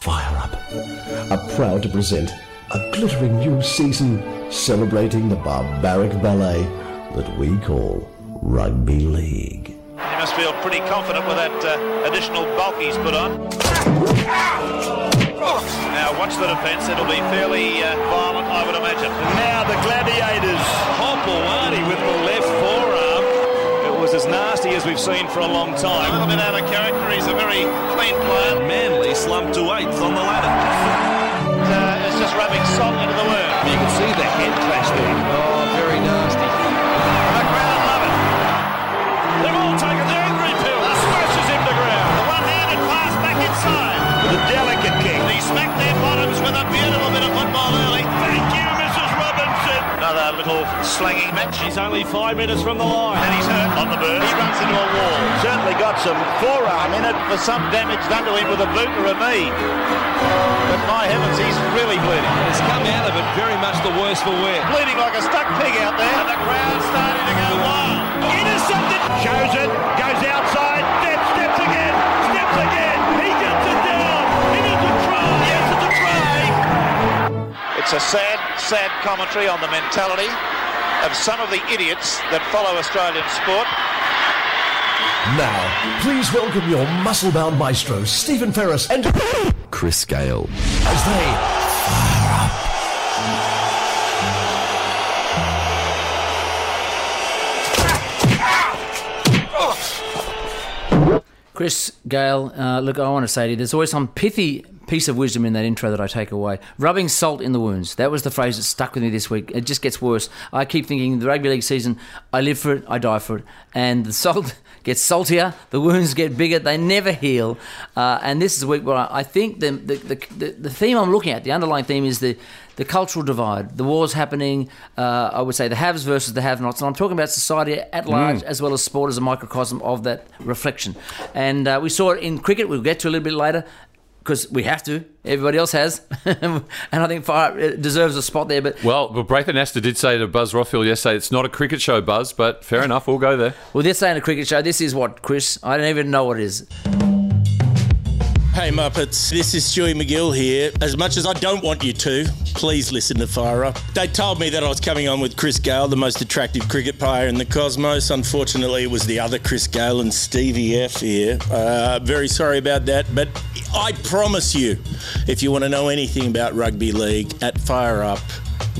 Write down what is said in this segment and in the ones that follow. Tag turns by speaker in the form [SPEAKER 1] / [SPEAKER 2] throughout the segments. [SPEAKER 1] Fire Up are proud to present a glittering new season celebrating the barbaric ballet that we call Rugby League.
[SPEAKER 2] He must feel pretty confident with that uh, additional bulk he's put on. Now watch the defence. It'll be fairly uh, violent, I would imagine.
[SPEAKER 3] Now the Gladiators hop Awani with the left forearm. It was as nasty as we've seen for a long
[SPEAKER 2] A
[SPEAKER 3] time.
[SPEAKER 2] little bit out of character. He's a very clean player.
[SPEAKER 3] Manly slumped to eighth on the ladder.
[SPEAKER 2] Uh, it's just rubbing salt into the wound.
[SPEAKER 3] You can see the head clash there.
[SPEAKER 4] Oh, very nasty.
[SPEAKER 2] The crowd love it.
[SPEAKER 3] They've all taken the angry pill. Smashes him to ground.
[SPEAKER 2] The one-handed pass back inside.
[SPEAKER 3] The delicate kick.
[SPEAKER 2] He smacked their bottoms with a beautiful bit of football early.
[SPEAKER 3] Thank you, Mrs. Robinson.
[SPEAKER 2] Another little slanging match.
[SPEAKER 3] He's only five minutes from the line.
[SPEAKER 2] And he's hurt on the bird. He runs into a wall. Certainly got some forearm in it for some damage done to him with a boot or a knee. But my heavens, he's really bleeding.
[SPEAKER 4] It's come out of it very much the worse for wear.
[SPEAKER 2] Bleeding like a stuck pig out there. And the crowd's starting to go wild.
[SPEAKER 3] Intercepted. Shows it. Goes outside. Steps, steps again. Steps again. He gets it down. It is a try. Yes, it's a try.
[SPEAKER 2] It's a sad, sad commentary on the mentality of some of the idiots that follow Australian sport.
[SPEAKER 1] Now, please welcome your muscle-bound maestros, Stephen Ferris and Chris Gale, as they
[SPEAKER 5] Chris Gale, uh, look, I want to say to you, there's always some pithy piece of wisdom in that intro that I take away. Rubbing salt in the wounds. That was the phrase that stuck with me this week. It just gets worse. I keep thinking the rugby league season, I live for it, I die for it. And the salt gets saltier, the wounds get bigger, they never heal. Uh, and this is a week where I, I think the, the, the, the, the theme I'm looking at, the underlying theme is the, the cultural divide, the wars happening, uh, I would say the haves versus the have nots. And I'm talking about society at large as well as sport as a microcosm of that reflection. And uh, we saw it in cricket, we'll get to a little bit later because we have to. Everybody else has, and I think Fire it deserves a spot there. But
[SPEAKER 6] Well, well, Braithen Astor did say to Buzz Rothfield yesterday, it's not a cricket show, Buzz, but fair enough, we'll go there.
[SPEAKER 5] well, this ain't a cricket show. This is what Chris. I don't even know what it is.
[SPEAKER 7] Hey Muppets, this is Stewie McGill here. As much as I don't want you to, please listen to Fire Up. They told me that I was coming on with Chris Gale, the most attractive cricket player in the cosmos. Unfortunately, it was the other Chris Gale and Stevie F here. Uh, very sorry about that, but I promise you, if you want to know anything about rugby league, at Fire Up,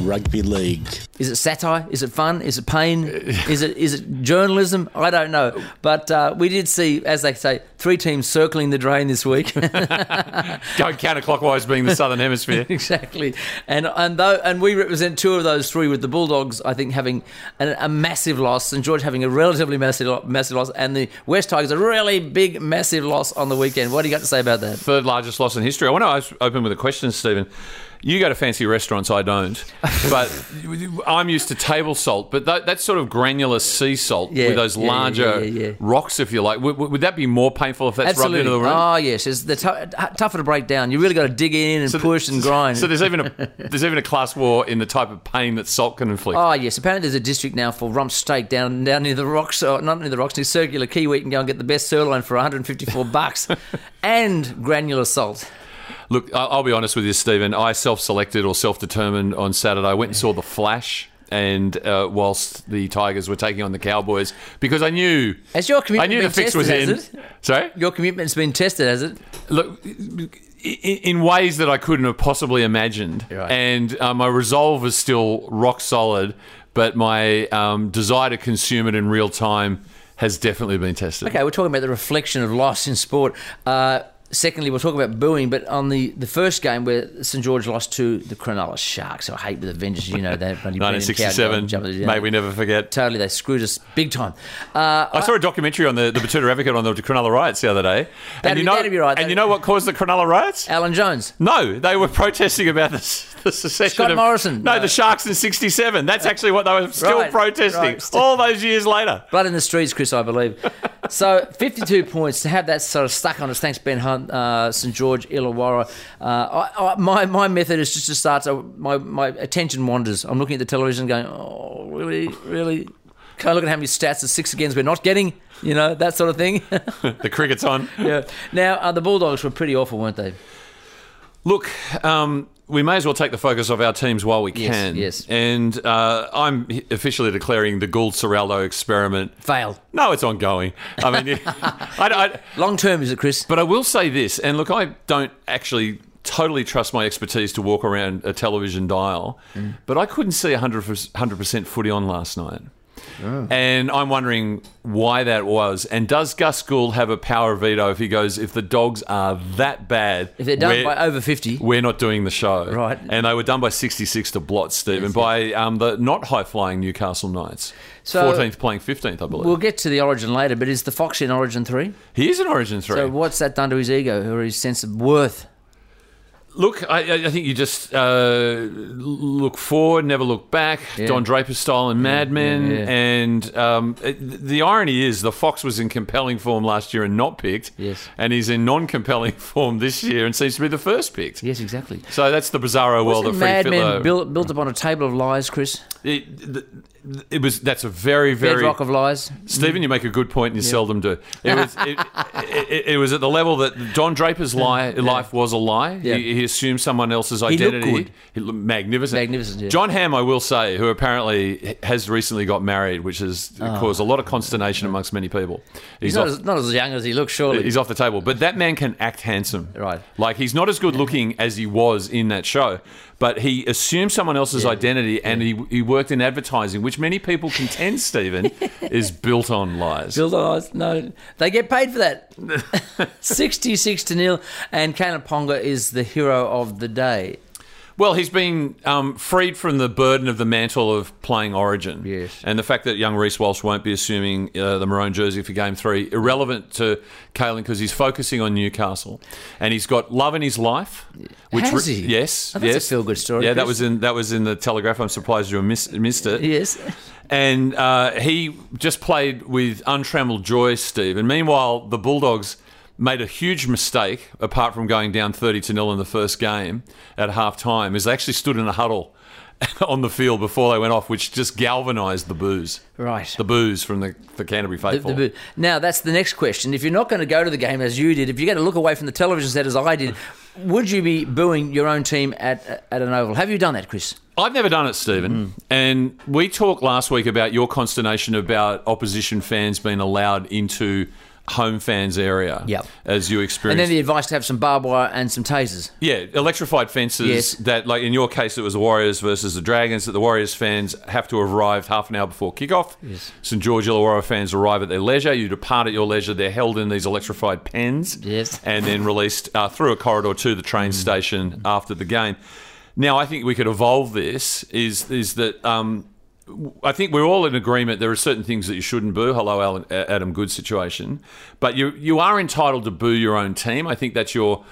[SPEAKER 7] Rugby League.
[SPEAKER 5] Is it satire? Is it fun? Is it pain? Is it is it journalism? I don't know. But uh, we did see, as they say, three teams circling the drain this week.
[SPEAKER 6] Going counterclockwise being the Southern Hemisphere.
[SPEAKER 5] exactly. And and though and we represent two of those three with the Bulldogs, I think having a, a massive loss, St George having a relatively massive lo- massive loss, and the West Tigers a really big massive loss on the weekend. What do you got to say about that?
[SPEAKER 6] Third largest loss in history. I want to open with a question, Stephen. You go to fancy restaurants, I don't. But I'm used to table salt, but that, that sort of granular sea salt
[SPEAKER 5] Yeah,
[SPEAKER 6] with those
[SPEAKER 5] yeah, yeah,
[SPEAKER 6] larger
[SPEAKER 5] yeah, yeah.
[SPEAKER 6] rocks, if you like, would, would would that be more painful if that's rubbed into the room?
[SPEAKER 5] Oh yes, it's the tou- tougher to break down. You really got to dig in and push and grind.
[SPEAKER 6] So there's even a there's even a class war in the type of pain that salt can inflict.
[SPEAKER 5] Oh yes, apparently there's a district now for rump steak down down near the rocks, or not near the rocks, near Circular Quay, where you can go and get the best sirloin for 154 bucks, and granular salt.
[SPEAKER 6] Look, I- I'll be honest with you, Stephen. I self-selected or self-determined on Saturday. I went and saw the Flash, and uh, whilst the Tigers were taking on the Cowboys, because I knew
[SPEAKER 5] Has your commitment
[SPEAKER 6] I knew
[SPEAKER 5] been
[SPEAKER 6] the fix
[SPEAKER 5] tested,
[SPEAKER 6] was in.
[SPEAKER 5] has it?
[SPEAKER 6] Sorry,
[SPEAKER 5] Your commitment's been tested, has it?
[SPEAKER 6] look. i- In ways that I couldn't have possibly imagined,
[SPEAKER 5] Right.
[SPEAKER 6] and uh, my resolve is still rock solid, but my um, desire to consume it in real time has definitely been tested.
[SPEAKER 5] Okay, we're talking about the reflection of loss in sport. Uh, secondly, we'll talk about booing, but on the, the first game where St George lost to the Cronulla Sharks, I hate with a vengeance, you know that. bloody Brendan Cowden
[SPEAKER 6] 1967,
[SPEAKER 5] jumped it, yeah.
[SPEAKER 6] may we never forget.
[SPEAKER 5] Totally, they screwed us big time. Uh,
[SPEAKER 6] I saw a documentary on the, the Batuta Advocate on the Cronulla riots the other day.
[SPEAKER 5] That'd
[SPEAKER 6] and you
[SPEAKER 5] be-
[SPEAKER 6] know,
[SPEAKER 5] that'd be right.
[SPEAKER 6] And you know what caused the Cronulla riots?
[SPEAKER 5] Alan Jones.
[SPEAKER 6] No, they were protesting about the, s- the secession
[SPEAKER 5] Scott
[SPEAKER 6] of-
[SPEAKER 5] Morrison.
[SPEAKER 6] No,
[SPEAKER 5] No. Uh,
[SPEAKER 6] the Sharks in '67. That's actually what they were still
[SPEAKER 5] Right,
[SPEAKER 6] protesting
[SPEAKER 5] right, still-
[SPEAKER 6] all those years later.
[SPEAKER 5] Blood in the streets, Chris, I believe. so 52 points to have that sort of stuck on us. Thanks, Ben Hunt, uh, St George, Illawarra. Uh, I, I, my my method is just to start. To, my my attention wanders. I'm looking at the television, going, oh, really, really. Kind of looking at how many stats and six agains we're not getting, you know, that sort of thing.
[SPEAKER 6] The cricket's on.
[SPEAKER 5] yeah. Now, uh, the Bulldogs were pretty awful, weren't they?
[SPEAKER 6] Look, um, we may as well take the focus of our teams while we
[SPEAKER 5] Yes,
[SPEAKER 6] can.
[SPEAKER 5] yes.
[SPEAKER 6] And uh, I'm officially declaring the Gould Serraldo experiment.
[SPEAKER 5] Fail.
[SPEAKER 6] No, it's ongoing. I mean, I, I-
[SPEAKER 5] Long term, is it, Chris?
[SPEAKER 6] but I will say this, and look, I don't actually totally trust my expertise to walk around a television dial, but I couldn't see 100%, 100% footy on last night. And I'm wondering why that was. And does Gus Gould have a power veto if he goes, if the dogs are that bad?
[SPEAKER 5] If they're done
[SPEAKER 6] we're-
[SPEAKER 5] by over 50.
[SPEAKER 6] we're not doing the show.
[SPEAKER 5] Right.
[SPEAKER 6] And they were done by 66 to blot, Stephen, by um, the not high flying Newcastle Knights.
[SPEAKER 5] So-
[SPEAKER 6] 14th playing 15th, I believe.
[SPEAKER 5] We'll get to the origin later, but is the Fox in Origin 3?
[SPEAKER 6] he is an Origin 3.
[SPEAKER 5] So what's that done to his ego or his sense of worth?
[SPEAKER 6] Look, I, I- I think you just uh, look forward, never look back. Don Draper style in Mad Men,
[SPEAKER 5] yeah, yeah.
[SPEAKER 6] and um, it- the irony is the Fox was in compelling form last year and not picked.
[SPEAKER 5] Yes.
[SPEAKER 6] and he's in non-compelling form this year and seems to be the first picked.
[SPEAKER 5] Yes, exactly.
[SPEAKER 6] So that's the bizarro world
[SPEAKER 5] Wasn't
[SPEAKER 6] of free
[SPEAKER 5] Mad Men
[SPEAKER 6] Philo.
[SPEAKER 5] built, built upon a table of lies, Chris?
[SPEAKER 6] it, th- th- it was that's a very very
[SPEAKER 5] Bedrock of lies.
[SPEAKER 6] Stephen, you make a good point, and you seldom do. It was it, it, it, it was at the level that Don Draper's lie, life was a lie.
[SPEAKER 5] Yeah.
[SPEAKER 6] He, he assumed someone else's
[SPEAKER 5] looked
[SPEAKER 6] identity.
[SPEAKER 5] good.
[SPEAKER 6] He looked magnificent.
[SPEAKER 5] Magnificent, yeah.
[SPEAKER 6] John Hamm, I will say, who apparently has recently got married, which has caused a lot of consternation amongst many people.
[SPEAKER 5] Ah. He's not as, not as young as he looks, surely.
[SPEAKER 6] He's off the table. But that man can act handsome.
[SPEAKER 5] Right.
[SPEAKER 6] Like he's not as good looking as he was in that show, but he assumed someone else's identity and he, he worked in advertising, which many people contend, Stephen, is built on lies.
[SPEAKER 5] Built on lies. No, they get paid for that. 66 to nil, and Kana Ponga is the hero of the day.
[SPEAKER 6] Well, he's been um, freed from the burden of the mantle of playing Origin.
[SPEAKER 5] Yes.
[SPEAKER 6] And the fact that young Reese Walsh won't be assuming uh, the maroon jersey for Game 3, irrelevant to Kalen because he's focusing on Newcastle. And he's got love in his life.
[SPEAKER 5] Has he?
[SPEAKER 6] Yes.
[SPEAKER 5] Oh, that's a
[SPEAKER 6] yes.
[SPEAKER 5] feel-good story,
[SPEAKER 6] Yeah, that
[SPEAKER 5] Chris.
[SPEAKER 6] was in that was in the Telegraph. I'm surprised you miss, missed it.
[SPEAKER 5] Yes.
[SPEAKER 6] And uh, he just played with untrammeled joy, Steve. And meanwhile, the Bulldogs made a huge mistake, apart from going down 30 to nil in the first game at half time, is they actually stood in a huddle on the field before they went off, which just galvanised the booze.
[SPEAKER 5] Right.
[SPEAKER 6] The booze from the, the Canterbury
[SPEAKER 5] The
[SPEAKER 6] faithful.
[SPEAKER 5] boot. Now that's the next question. If you're not going to go to the game as you did, if you're going to look away from the television set as I did, would you be booing your own team at at an oval? Have you done that, Chris?
[SPEAKER 6] I've never done it,
[SPEAKER 5] Hmm.
[SPEAKER 6] Stephen. And we talked last week about your consternation about opposition fans being allowed into home fans area
[SPEAKER 5] Yep.
[SPEAKER 6] as you
[SPEAKER 5] And
[SPEAKER 6] experienced
[SPEAKER 5] then the advice to have some barbed wire and some tasers.
[SPEAKER 6] Yeah, electrified fences
[SPEAKER 5] Yes.
[SPEAKER 6] that, like in your case, it was the Warriors versus the Dragons, that the Warriors fans have to have arrived half an hour before kickoff. Yes. St. George Illawarra fans arrive at their leisure. You depart at your leisure. They're held in these electrified pens
[SPEAKER 5] Yes. Mm.
[SPEAKER 6] and then released uh, through a corridor to the train station after the game. Now, I think we could evolve this, is, is that um, I think we're all in agreement. There are certain things that you shouldn't boo. Hello, Alan, A- Adam Good situation, but you you are entitled to boo your own team. I think that's your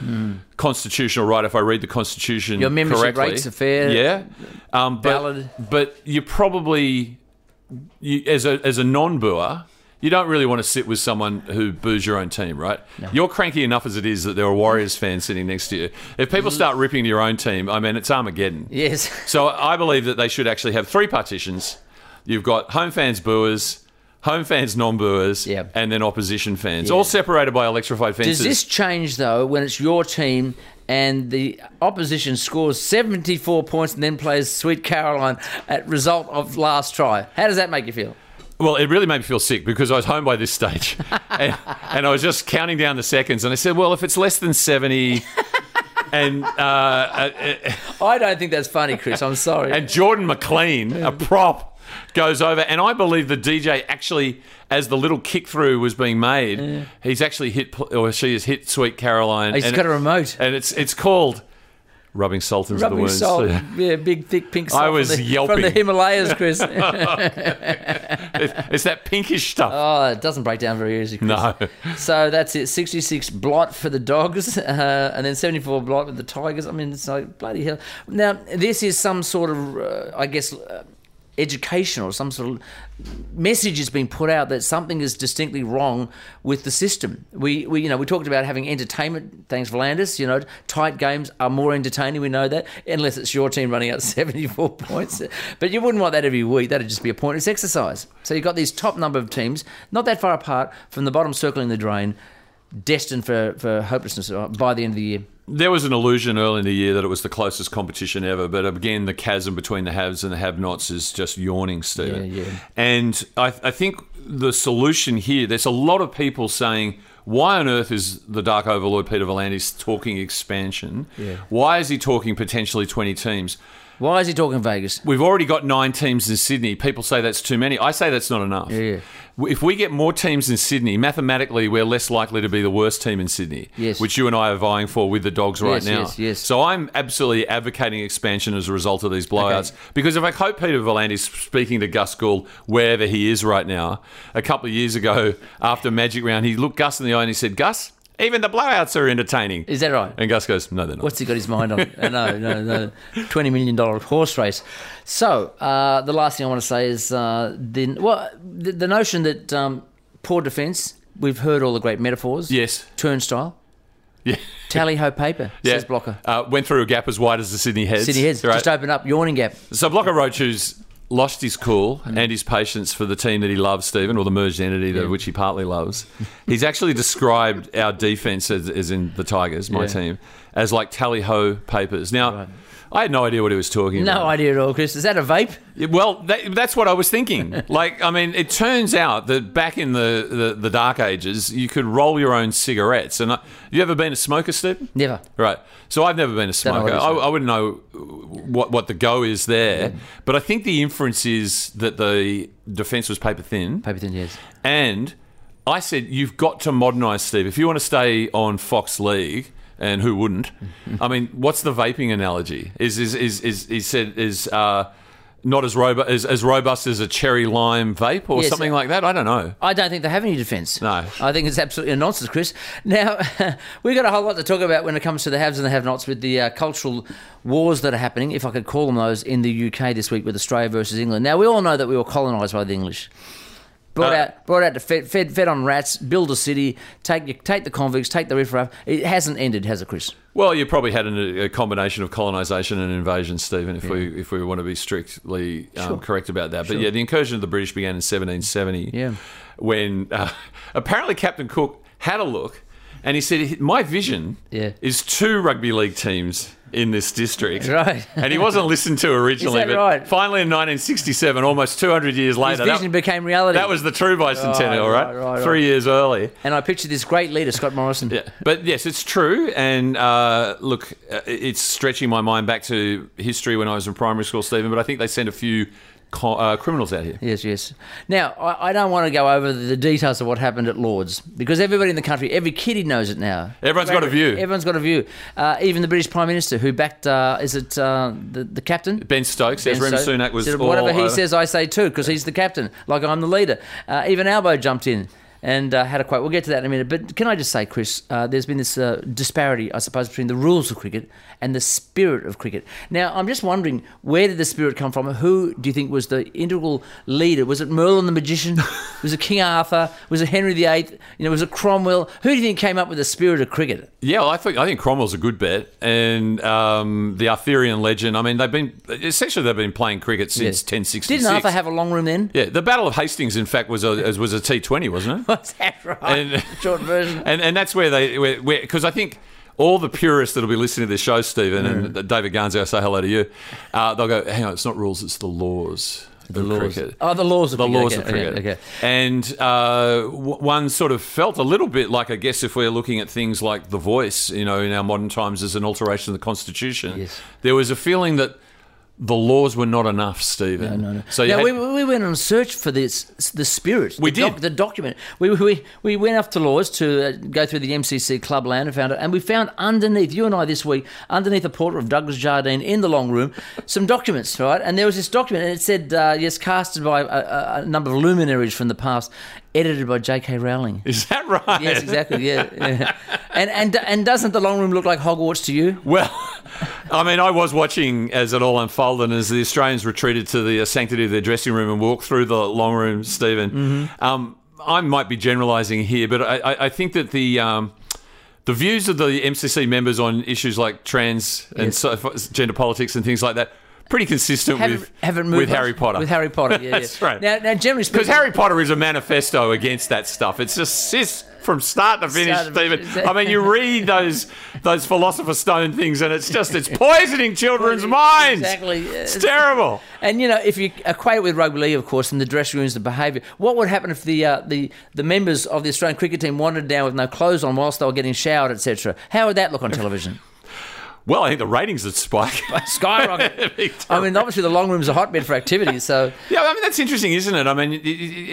[SPEAKER 6] constitutional right. If I read the Constitution,
[SPEAKER 5] Mm. Your membership
[SPEAKER 6] correctly.
[SPEAKER 5] rates are fair,
[SPEAKER 6] Yeah, um, but
[SPEAKER 5] valid.
[SPEAKER 6] but you probably you, as a as a non booer. You don't really want to sit with someone who boos your own team, right? You're cranky enough as it is that there are Warriors fans sitting next to you. If people start ripping your own team, I mean, it's Armageddon.
[SPEAKER 5] Yes.
[SPEAKER 6] So I believe that they should actually have three partitions. You've got home fans booers, home fans non booers,
[SPEAKER 5] Yeah.
[SPEAKER 6] and then opposition fans, all separated by electrified fences.
[SPEAKER 5] Does this change though when it's your team and the opposition scores 74 points and then plays Sweet Caroline at result of last try? How does that make you feel?
[SPEAKER 6] Well, it really made me feel sick because I was home by this stage, and, and I was just counting down the seconds, and I said, "Well, if it's less than seventy, and uh,
[SPEAKER 5] I don't think that's funny, Chris. I'm sorry.
[SPEAKER 6] and Jordan McLean, a prop, goes over. And I believe the DJ actually, as the little kick through was being made, he's actually hit, pl- or she has hit Sweet Caroline.
[SPEAKER 5] He's
[SPEAKER 6] and
[SPEAKER 5] got a remote.
[SPEAKER 6] And it's it's called Rubbing Salt into the
[SPEAKER 5] Rubbing
[SPEAKER 6] Wounds.
[SPEAKER 5] salt,
[SPEAKER 6] Yeah.
[SPEAKER 5] yeah, big thick pink salt.
[SPEAKER 6] I
[SPEAKER 5] from
[SPEAKER 6] was
[SPEAKER 5] the-
[SPEAKER 6] yelping.
[SPEAKER 5] from the Himalayas, Chris.
[SPEAKER 6] It's, it's that pinkish stuff.
[SPEAKER 5] oh, it doesn't break down very easily. Chris.
[SPEAKER 6] no.
[SPEAKER 5] So that's it. 66 blot for the dogs, uh, and then 74 blot for the tigers. I mean, it's like bloody hell. Now, this is some sort of, uh, I guess, uh, educational, some sort of message is being put out that something is distinctly wrong with the system. We, we, you know, we talked about having entertainment. Thanks, Volandis. You know, tight games are more entertaining. We know that, unless it's your team running out 74 points. But you wouldn't want that every week. That'd just be a pointless exercise. So you've got these top number of teams, not that far apart from the bottom circle in the drain. destined for, for hopelessness uh, by the end of the year.
[SPEAKER 6] There was an illusion early in the year that it was the closest competition ever, but again, the chasm between the haves and the have-nots is just yawning, Stephen.
[SPEAKER 5] Yeah, yeah.
[SPEAKER 6] And I, I think the solution here, there's a lot of people saying, why on earth is the Dark Overlord Peter Volandis talking expansion?
[SPEAKER 5] Yeah.
[SPEAKER 6] Why is he talking potentially 20 teams?
[SPEAKER 5] Why is he talking Vegas?
[SPEAKER 6] We've already got nine teams in Sydney. People say that's too many. I say that's not enough.
[SPEAKER 5] yeah.
[SPEAKER 6] If we get more teams in Sydney, mathematically, we're less likely to be the worst team in Sydney,
[SPEAKER 5] Yes.
[SPEAKER 6] which you and I are vying for with the dogs right
[SPEAKER 5] Yes,
[SPEAKER 6] now.
[SPEAKER 5] yes, yes.
[SPEAKER 6] So I'm absolutely advocating expansion as a result of these blowouts. Because if I quote Peter Volandis speaking to Gus Gould wherever he is right now, a couple of years ago after Magic Round, he looked Gus in the eye and he said, Gus, even the blowouts are entertaining.
[SPEAKER 5] Is that right?
[SPEAKER 6] And Gus goes, No, they're not.
[SPEAKER 5] What's he got his mind on? Uh, no, no, no. Twenty million dollar horse race. So uh, the last thing I want to say is uh, the well, the, the notion that um, poor defence. We've heard all the great metaphors.
[SPEAKER 6] Yes.
[SPEAKER 5] Turnstile.
[SPEAKER 6] Yeah.
[SPEAKER 5] Tally ho paper. Says blocker.
[SPEAKER 6] Uh, went through a gap as wide as the Sydney Heads.
[SPEAKER 5] City heads.
[SPEAKER 6] Right.
[SPEAKER 5] Just open up. Yawning gap.
[SPEAKER 6] So Blocker Rochu's lost his cool
[SPEAKER 5] Mm.
[SPEAKER 6] and his patience for the team that he loves, Stephen, or the merged entity that, which he partly loves. He's actually described our defence as, as in the Tigers, my
[SPEAKER 5] Yeah.
[SPEAKER 6] team, as like tally ho papers. Now. I had no idea what he was talking
[SPEAKER 5] No
[SPEAKER 6] about.
[SPEAKER 5] idea at all, Chris. Is that a vape?
[SPEAKER 6] Yeah, Well, that, that's what I was thinking. Like, I mean, it turns out that back in the, the, the dark ages, you could roll your own cigarettes. And I, you ever been a smoker, Steve?
[SPEAKER 5] Never.
[SPEAKER 6] Right. So I've never been a
[SPEAKER 5] know what
[SPEAKER 6] smoker.
[SPEAKER 5] it is,
[SPEAKER 6] I,
[SPEAKER 5] mate.
[SPEAKER 6] I wouldn't know what what the go is there. But I think the inference is that the defence was paper thin.
[SPEAKER 5] Paper thin yes.
[SPEAKER 6] And I said, you've got to modernise, Steve. If you want to stay on Fox League, and who wouldn't? I mean, what's the vaping analogy? Is is is, is he said is uh, not as robust as, as robust as a cherry lime vape or
[SPEAKER 5] Yes.
[SPEAKER 6] something like that? I don't know.
[SPEAKER 5] I don't think they have any defence.
[SPEAKER 6] No.
[SPEAKER 5] I think it's absolutely a nonsense, Chris. Now, we've got a whole lot to talk about when it comes to the haves and the have nots with the uh, cultural wars that are happening, if I could call them those, in the UK this week with Australia versus England. Now, we all know that we were colonised by the English. Brought
[SPEAKER 6] Uh,
[SPEAKER 5] out, brought out to fed, fed, fed on rats, build a city, take your- take the convicts, take the riffraff. It hasn't ended, has it, Chris?
[SPEAKER 6] Well, you probably had an, a combination of colonisation and invasion, Stephen, if we if we want to be strictly um, correct about that. But yeah, the incursion of the British began in 1770.
[SPEAKER 5] Yeah.
[SPEAKER 6] when uh, apparently Captain Cook had a look, and he said, "My vision
[SPEAKER 5] Yeah.
[SPEAKER 6] is two rugby league teams." In this district,
[SPEAKER 5] Right.
[SPEAKER 6] and he wasn't listened to originally,
[SPEAKER 5] Is that
[SPEAKER 6] but
[SPEAKER 5] right?
[SPEAKER 6] finally in 1967, almost 200 years
[SPEAKER 5] His
[SPEAKER 6] later,
[SPEAKER 5] vision
[SPEAKER 6] that,
[SPEAKER 5] became reality.
[SPEAKER 6] that was the true bicentennial,
[SPEAKER 5] Right, right,
[SPEAKER 6] right?
[SPEAKER 5] right, right.
[SPEAKER 6] Three years early.
[SPEAKER 5] and I pictured this great leader, Scott Morrison.
[SPEAKER 6] Yeah, but yes, it's true. And uh, look, uh, it's stretching my mind back to history when I was in primary school, Stephen. But I think they sent a few co- uh, criminals out here.
[SPEAKER 5] Yes, yes. Now, I, I don't want to go over the details of what happened at Lords because everybody in the country, every kiddie knows it now.
[SPEAKER 6] Everyone's got a view.
[SPEAKER 5] Everyone's got a view. Uh, even the British Prime Minister, who backed, uh, is it uh, the, the captain?
[SPEAKER 6] Ben Stokes, says Rem
[SPEAKER 5] And so-
[SPEAKER 6] Sunak was
[SPEAKER 5] said,
[SPEAKER 6] all uh,
[SPEAKER 5] whatever he
[SPEAKER 6] over.
[SPEAKER 5] says, I say too, because he's the captain, like I'm the leader. Uh, even Albo jumped in and uh, had a quote. We'll get to that in a minute. But can I just say, Chris, uh, there's been this uh, disparity, I suppose, between the rules of cricket and the spirit of cricket. Now, I'm just wondering, where did the spirit come from? Who do you think was the integral leader? Was it Merlin the magician? was it King Arthur? Was it Henry VIII? You know, was it Cromwell? Who do you think came up with the spirit of cricket?
[SPEAKER 6] Yeah, well, I think I think Cromwell's a good bet, and um, the Arthurian legend. I mean, they've been essentially they've been playing cricket since
[SPEAKER 5] Yeah.
[SPEAKER 6] 1066.
[SPEAKER 5] Didn't Arthur have a long room then?
[SPEAKER 6] yeah, the Battle of Hastings, in fact, was a was a T20, wasn't it?
[SPEAKER 5] Was that right?
[SPEAKER 6] And-
[SPEAKER 5] Ah, Short version.
[SPEAKER 6] and and that's where they because I think all the purists that'll be listening to this show, Stephen and David Garnsey, I say hello to you. Uh, they'll go, hang on, it's not rules, it's the laws. The
[SPEAKER 5] laws.
[SPEAKER 6] Cricket.
[SPEAKER 5] Oh, the laws of
[SPEAKER 6] the
[SPEAKER 5] cricket.
[SPEAKER 6] laws
[SPEAKER 5] Okay,
[SPEAKER 6] of cricket.
[SPEAKER 5] okay, okay.
[SPEAKER 6] And uh, w- one sort of felt a little bit like, I guess, if we're looking at things like The Voice, you know, in our modern times as an alteration of the Constitution,
[SPEAKER 5] Yes.
[SPEAKER 6] there was a feeling that the laws were not enough, Stephen.
[SPEAKER 5] No, no.
[SPEAKER 6] So you
[SPEAKER 5] now,
[SPEAKER 6] had-
[SPEAKER 5] we, we went on search for this the spirit.
[SPEAKER 6] We
[SPEAKER 5] the doc-
[SPEAKER 6] did.
[SPEAKER 5] the document. We, we we went up to Laws to uh, go through the MCC clubland and found it, and we found underneath you and I this week underneath the portrait of Douglas Jardine in the long room some documents, right? And there was this document, and it said uh, yes, casted by a- a, a number of luminaries from the past, edited by J.K. Rowling.
[SPEAKER 6] is that right?
[SPEAKER 5] Yes, exactly. Yeah, yeah. and and and doesn't the long room look like Hogwarts to you?
[SPEAKER 6] Well, I mean, I was watching as it all unfolded, and as the Australians retreated to the uh, sanctity of their dressing room and walked through the long room, Stephen.
[SPEAKER 5] Mm-hmm.
[SPEAKER 6] Um, I might be generalising here, but I, I, I think that the um, the views of the MCC members on issues like trans and
[SPEAKER 5] Yes.
[SPEAKER 6] so, gender politics and things like that pretty consistent
[SPEAKER 5] Haven't,
[SPEAKER 6] with
[SPEAKER 5] haven't moved
[SPEAKER 6] with
[SPEAKER 5] much.
[SPEAKER 6] Harry Potter.
[SPEAKER 5] With Harry Potter, yeah, yeah.
[SPEAKER 6] That's right.
[SPEAKER 5] Now, now generally
[SPEAKER 6] Because
[SPEAKER 5] speaking,
[SPEAKER 6] Harry Potter is a manifesto against that stuff. It's just sis from start to finish,
[SPEAKER 5] Start to-
[SPEAKER 6] Stephen. I mean, you read those those philosopher's stone things, and it's just it's poisoning children's minds.
[SPEAKER 5] Exactly, yeah.
[SPEAKER 6] It's terrible.
[SPEAKER 5] And you know, if you equate it with rugby league, of course, and the dressing rooms, the behaviour, what would happen if the uh, the the members of the Australian cricket team wandered down with no clothes on whilst they were getting showered, etc.? How would that look on television?
[SPEAKER 6] Well, I think the ratings would spike. It'd be
[SPEAKER 5] Skyrocket. I mean, obviously, the long room's a hotbed for activity, so
[SPEAKER 6] Yeah, I mean that's interesting, isn't it? I mean, i- i-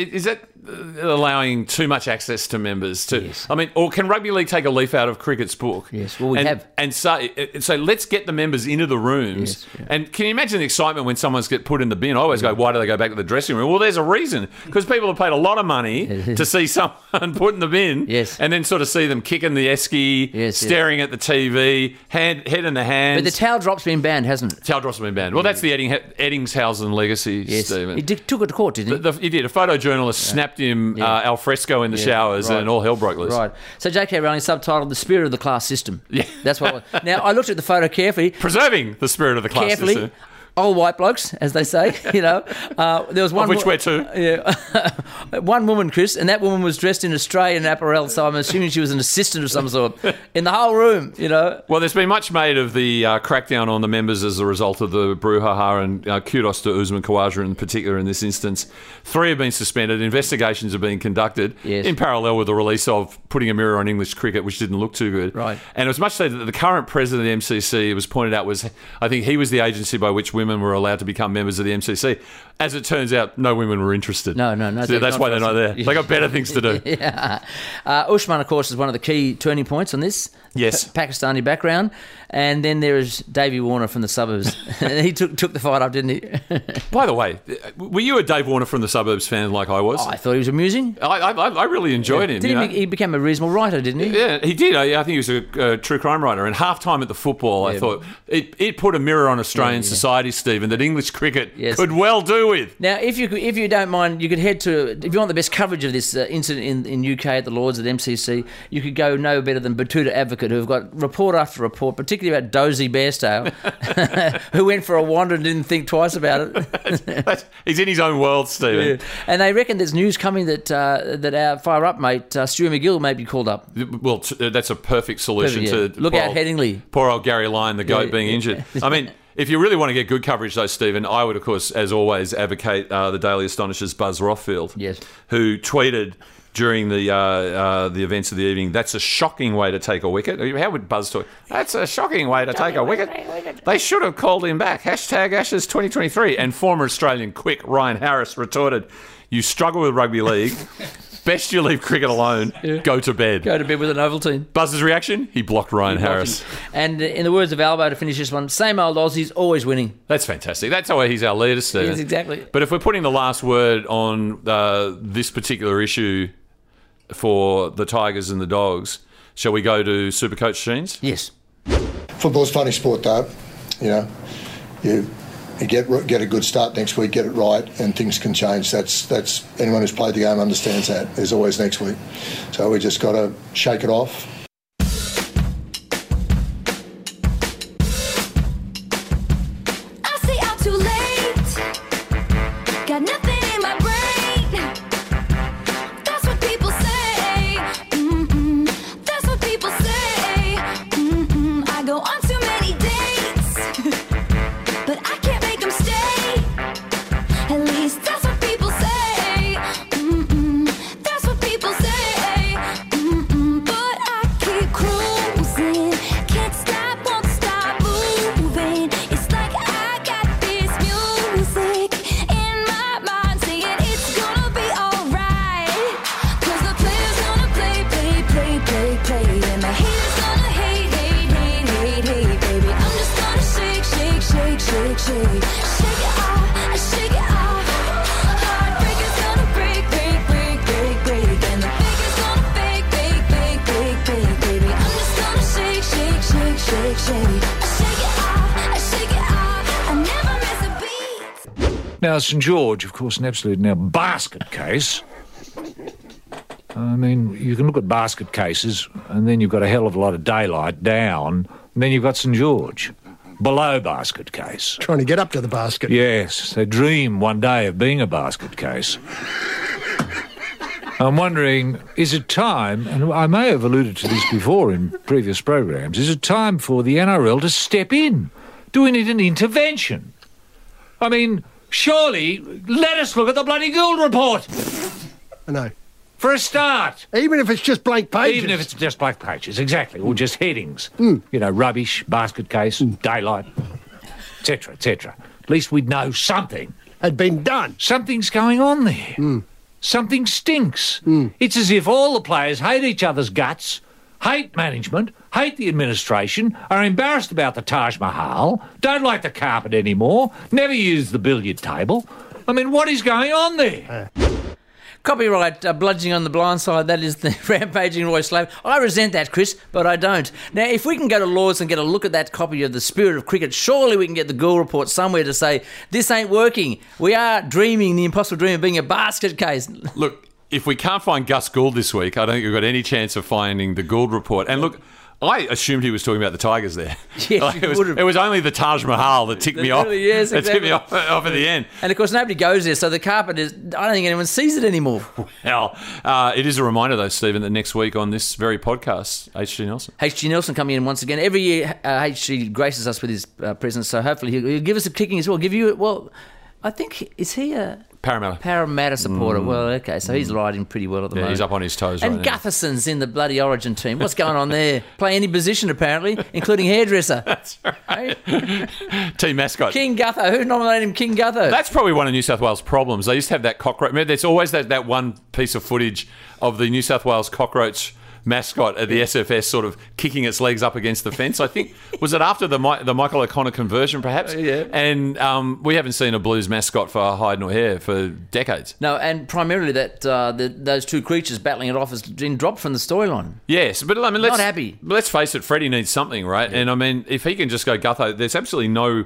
[SPEAKER 6] i- is that uh, allowing too much access to members? To
[SPEAKER 5] Yes.
[SPEAKER 6] I mean, or can rugby league take a leaf out of cricket's book?
[SPEAKER 5] Yes, well, we
[SPEAKER 6] and,
[SPEAKER 5] have.
[SPEAKER 6] and say and so let's get the members into the rooms.
[SPEAKER 5] Yes, yeah.
[SPEAKER 6] And can you imagine the excitement when someone's get put in the bin? I always go, why do they go back to the dressing room? Well, there's a reason because people have paid a lot of money to see someone put in the bin,
[SPEAKER 5] Yes.
[SPEAKER 6] and then sort of see them kicking the esky,
[SPEAKER 5] Yes, yes.
[SPEAKER 6] staring at the TV, hand head in the hands.
[SPEAKER 5] but the towel drop's been banned, hasn't it?
[SPEAKER 6] Towel drops have been banned. Well, that's the Edding- Eddingshausen legacy, Stephen.
[SPEAKER 5] he did, took it to court, didn't he?
[SPEAKER 6] The, he did. A photojournalist snapped him uh, al fresco in the showers,
[SPEAKER 5] right.
[SPEAKER 6] and all hell broke loose.
[SPEAKER 5] Right. So J.K. Rowling subtitled "The Spirit of the Class System."
[SPEAKER 6] Yeah.
[SPEAKER 5] that's what. It was. Now I looked at the photo carefully.
[SPEAKER 6] Preserving the spirit of the class
[SPEAKER 5] carefully.
[SPEAKER 6] system,
[SPEAKER 5] Old white blokes, as they say, you know. Uh, there was one
[SPEAKER 6] of which
[SPEAKER 5] wo-
[SPEAKER 6] we're two.
[SPEAKER 5] Yeah. one woman, Chris, and that woman was dressed in Australian apparel, so I'm assuming she was an assistant of some sort in the whole room, you know. Uh,
[SPEAKER 6] Well, there's been much made of the uh, crackdown on the members as a result of the brouhaha, and uh, kudos to Usman Khawaja in particular in this instance. Three have been suspended. Investigations are being conducted
[SPEAKER 5] Yes.
[SPEAKER 6] in parallel with the release of Putting a Mirror on English Cricket, which didn't look too good.
[SPEAKER 5] Right.
[SPEAKER 6] And it was much said that the current president of the MCC, it was pointed out, was I think he was the agency by which women were allowed to become members of the MCC. As it turns out, no women were interested.
[SPEAKER 5] No, no, no,
[SPEAKER 6] So
[SPEAKER 5] they're
[SPEAKER 6] that's why they're
[SPEAKER 5] not
[SPEAKER 6] not there. They got better things to do.
[SPEAKER 5] Yeah. Uh, Ushman, of course, is one of the key turning points on this.
[SPEAKER 6] Yes.
[SPEAKER 5] Pa- Pakistani background. And then there is Davey Warner from the suburbs. and he took, took the fight up, didn't he?
[SPEAKER 6] By the way, were you a Dave Warner from the suburbs fan like I was?
[SPEAKER 5] I thought he was amusing.
[SPEAKER 6] I, I, I really enjoyed him.
[SPEAKER 5] Did
[SPEAKER 6] you
[SPEAKER 5] he,
[SPEAKER 6] know?
[SPEAKER 5] be- he became a reasonable writer, didn't he?
[SPEAKER 6] Yeah, he did. I, I think he was a, uh true crime writer. And half time at the football, I thought it, it put a mirror on Australian society, Stephen, that English cricket
[SPEAKER 5] Yes.
[SPEAKER 6] could well do with.
[SPEAKER 5] Now, if you could- if you don't mind, you could head to if you want the best coverage of this uh, incident in, in UK at the Lords at MCC, you could go no better than Batuta Advocate, who've got report after report, particularly about Dozy Bearstale, who went for a wander and didn't think twice about it.
[SPEAKER 6] That's- He's in his own world, Stephen.
[SPEAKER 5] and they reckon there's news coming that uh, that our fire up mate uh, Stuart McGill may be called up.
[SPEAKER 6] Well, t- uh, that's a perfect solution
[SPEAKER 5] Perfect,
[SPEAKER 6] to
[SPEAKER 5] yeah. Look
[SPEAKER 6] poor
[SPEAKER 5] out,
[SPEAKER 6] old-
[SPEAKER 5] Headingley.
[SPEAKER 6] Poor old Gary Lyon, the goat,
[SPEAKER 5] Yeah,
[SPEAKER 6] being
[SPEAKER 5] yeah.
[SPEAKER 6] injured. I mean, if you really want to get good coverage, though, Stephen, I would, of course, as always, advocate uh, the Daily Astonishers Buzz Rothfield,
[SPEAKER 5] Yes.
[SPEAKER 6] who tweeted during the uh, uh, the events of the evening, "That's a shocking way to take a wicket." How would Buzz talk? That's a shocking way to take a wicket. They should have called him back. Hashtag Ashes 2023. And former Australian quick Ryan Harris retorted, "You struggle with rugby league." Best you leave cricket alone. Go to bed.
[SPEAKER 5] Go to bed with an Ovaltine.
[SPEAKER 6] Buzz's reaction? He blocked Ryan Harris.
[SPEAKER 5] And uh, in the words of Albo to finish this one, same old Aussies always winning.
[SPEAKER 6] That's fantastic. That's how he's our leader, Stephen.
[SPEAKER 5] Yes, exactly.
[SPEAKER 6] But if we're putting the last word on uh, this particular issue for the Tigers and the Dogs, shall we go to Supercoach Sheens?
[SPEAKER 5] Yes.
[SPEAKER 8] Football's a funny sport, though. You know, you, you get get a good start next week, get it right, and things can change. That's that's anyone who's played the game understands that. There's always next week, so we just got to shake it off.
[SPEAKER 9] I stay out too late. Got nothing in my brain. That's what people say. Mm-mm. That's what people say. Mm-mm. I go on too many dates, but I can't make them stay. At least that's what people say. Mm-mm. That's what people say. Mm-mm. But I keep cruising. Can't stop, won't stop moving. It's like I got this music in my mind saying it's gonna be alright. 'Cause the player's gonna play, play, play, play, play. And the haters gonna hate, hate, hate, hate, hate, baby. I'm just gonna shake, shake, shake, shake, shake. Shake it off, I shake it off. Heartbreaker's gonna break, break, break, break, break. And the faker's gonna fake, fake, fake, fake, fake, baby. I'm just gonna shake, shake, shake, shake, shake. I shake it off, I shake it off. I never miss a beat.
[SPEAKER 10] Now, St George, of course, an absolute now basket case. I mean, you can look at basket cases, and then you've got a hell of a lot of daylight down, and then you've got St George. below basket case.
[SPEAKER 11] Trying to get up to the basket.
[SPEAKER 10] Yes, they dream one day of being a basket case. I'm wondering, is it time, and I may have alluded to this before in previous programs, is it time for the NRL to step in? Do we need an intervention? I mean, surely let us look at the bloody Gould report
[SPEAKER 11] I know.
[SPEAKER 10] for a start.
[SPEAKER 11] Even if it's just blank pages. Hmm.
[SPEAKER 10] Even if it's just black pages, exactly, or just headings. You know, rubbish, basket case, daylight, etc., etc. At least we'd know something.
[SPEAKER 11] had been done. Hmm.
[SPEAKER 10] Something's going on there. Something stinks. It's as if all the players hate each other's guts, hate management, hate the administration, are embarrassed about the Taj Mahal, don't like the carpet anymore, never use the billiard table. I mean, what is going on there?
[SPEAKER 5] Copyright uh, bludgeoning on the blind side, that is the rampaging Roy Slave. I resent that, Chris, but I don't. Now, if we can go to Lords and get a look at that copy of The Spirit of Cricket, surely we can get the Gould report somewhere to say, this ain't working. We are dreaming the impossible dream of being a basket case.
[SPEAKER 6] Look, if we can't find Gus Gould this week, I don't think we've got any chance of finding the Gould report. And look, I assumed he was talking about the Tigers there.
[SPEAKER 5] Yes, you
[SPEAKER 6] it, was,
[SPEAKER 5] would've.
[SPEAKER 6] it was only the Taj Mahal that ticked me off.
[SPEAKER 5] really is,
[SPEAKER 6] That ticked
[SPEAKER 5] exactly.
[SPEAKER 6] me off, off at the end.
[SPEAKER 5] And of course, nobody goes there, so the carpet is, I don't think anyone sees it anymore.
[SPEAKER 6] Hell, uh, it is a reminder, though, Stephen, that next week on this very podcast, H.G. Nelson.
[SPEAKER 5] HG Nelson coming in once again. Every year, uh, HG graces us with his uh, presence, so hopefully he'll, he'll give us a kicking as well. Give you, well, I think, is he a
[SPEAKER 6] Parramatta.
[SPEAKER 5] Parramatta supporter? Well, okay, so he's riding pretty well at the
[SPEAKER 6] Mm. yeah,
[SPEAKER 5] moment.
[SPEAKER 6] he's up on his toes
[SPEAKER 5] and
[SPEAKER 6] right now.
[SPEAKER 5] Gutherson's in the bloody Origin team. What's going on there? Play any position apparently, including hairdresser. That's right.
[SPEAKER 6] Team mascot.
[SPEAKER 5] King Gutho. Who nominated him King Gutho?
[SPEAKER 6] That's probably one of New South Wales' problems. They used to have that cockroach. Remember, there's always that, that one piece of footage of the New South Wales cockroach mascot at the SFS sort of kicking its legs up against the fence. I think was it after the Mi- the Michael O'Connor conversion, perhaps?
[SPEAKER 5] Uh,
[SPEAKER 6] Yeah. And um, we haven't seen a Blues mascot for hide nor hair for decades.
[SPEAKER 5] no, and primarily that uh, the, those two creatures battling it off has been dropped from the storyline.
[SPEAKER 6] Yes, but I mean, let's,
[SPEAKER 5] happy.
[SPEAKER 6] Let's face it, Freddie needs something, right? And I mean, if he can just go Gutho, there's absolutely no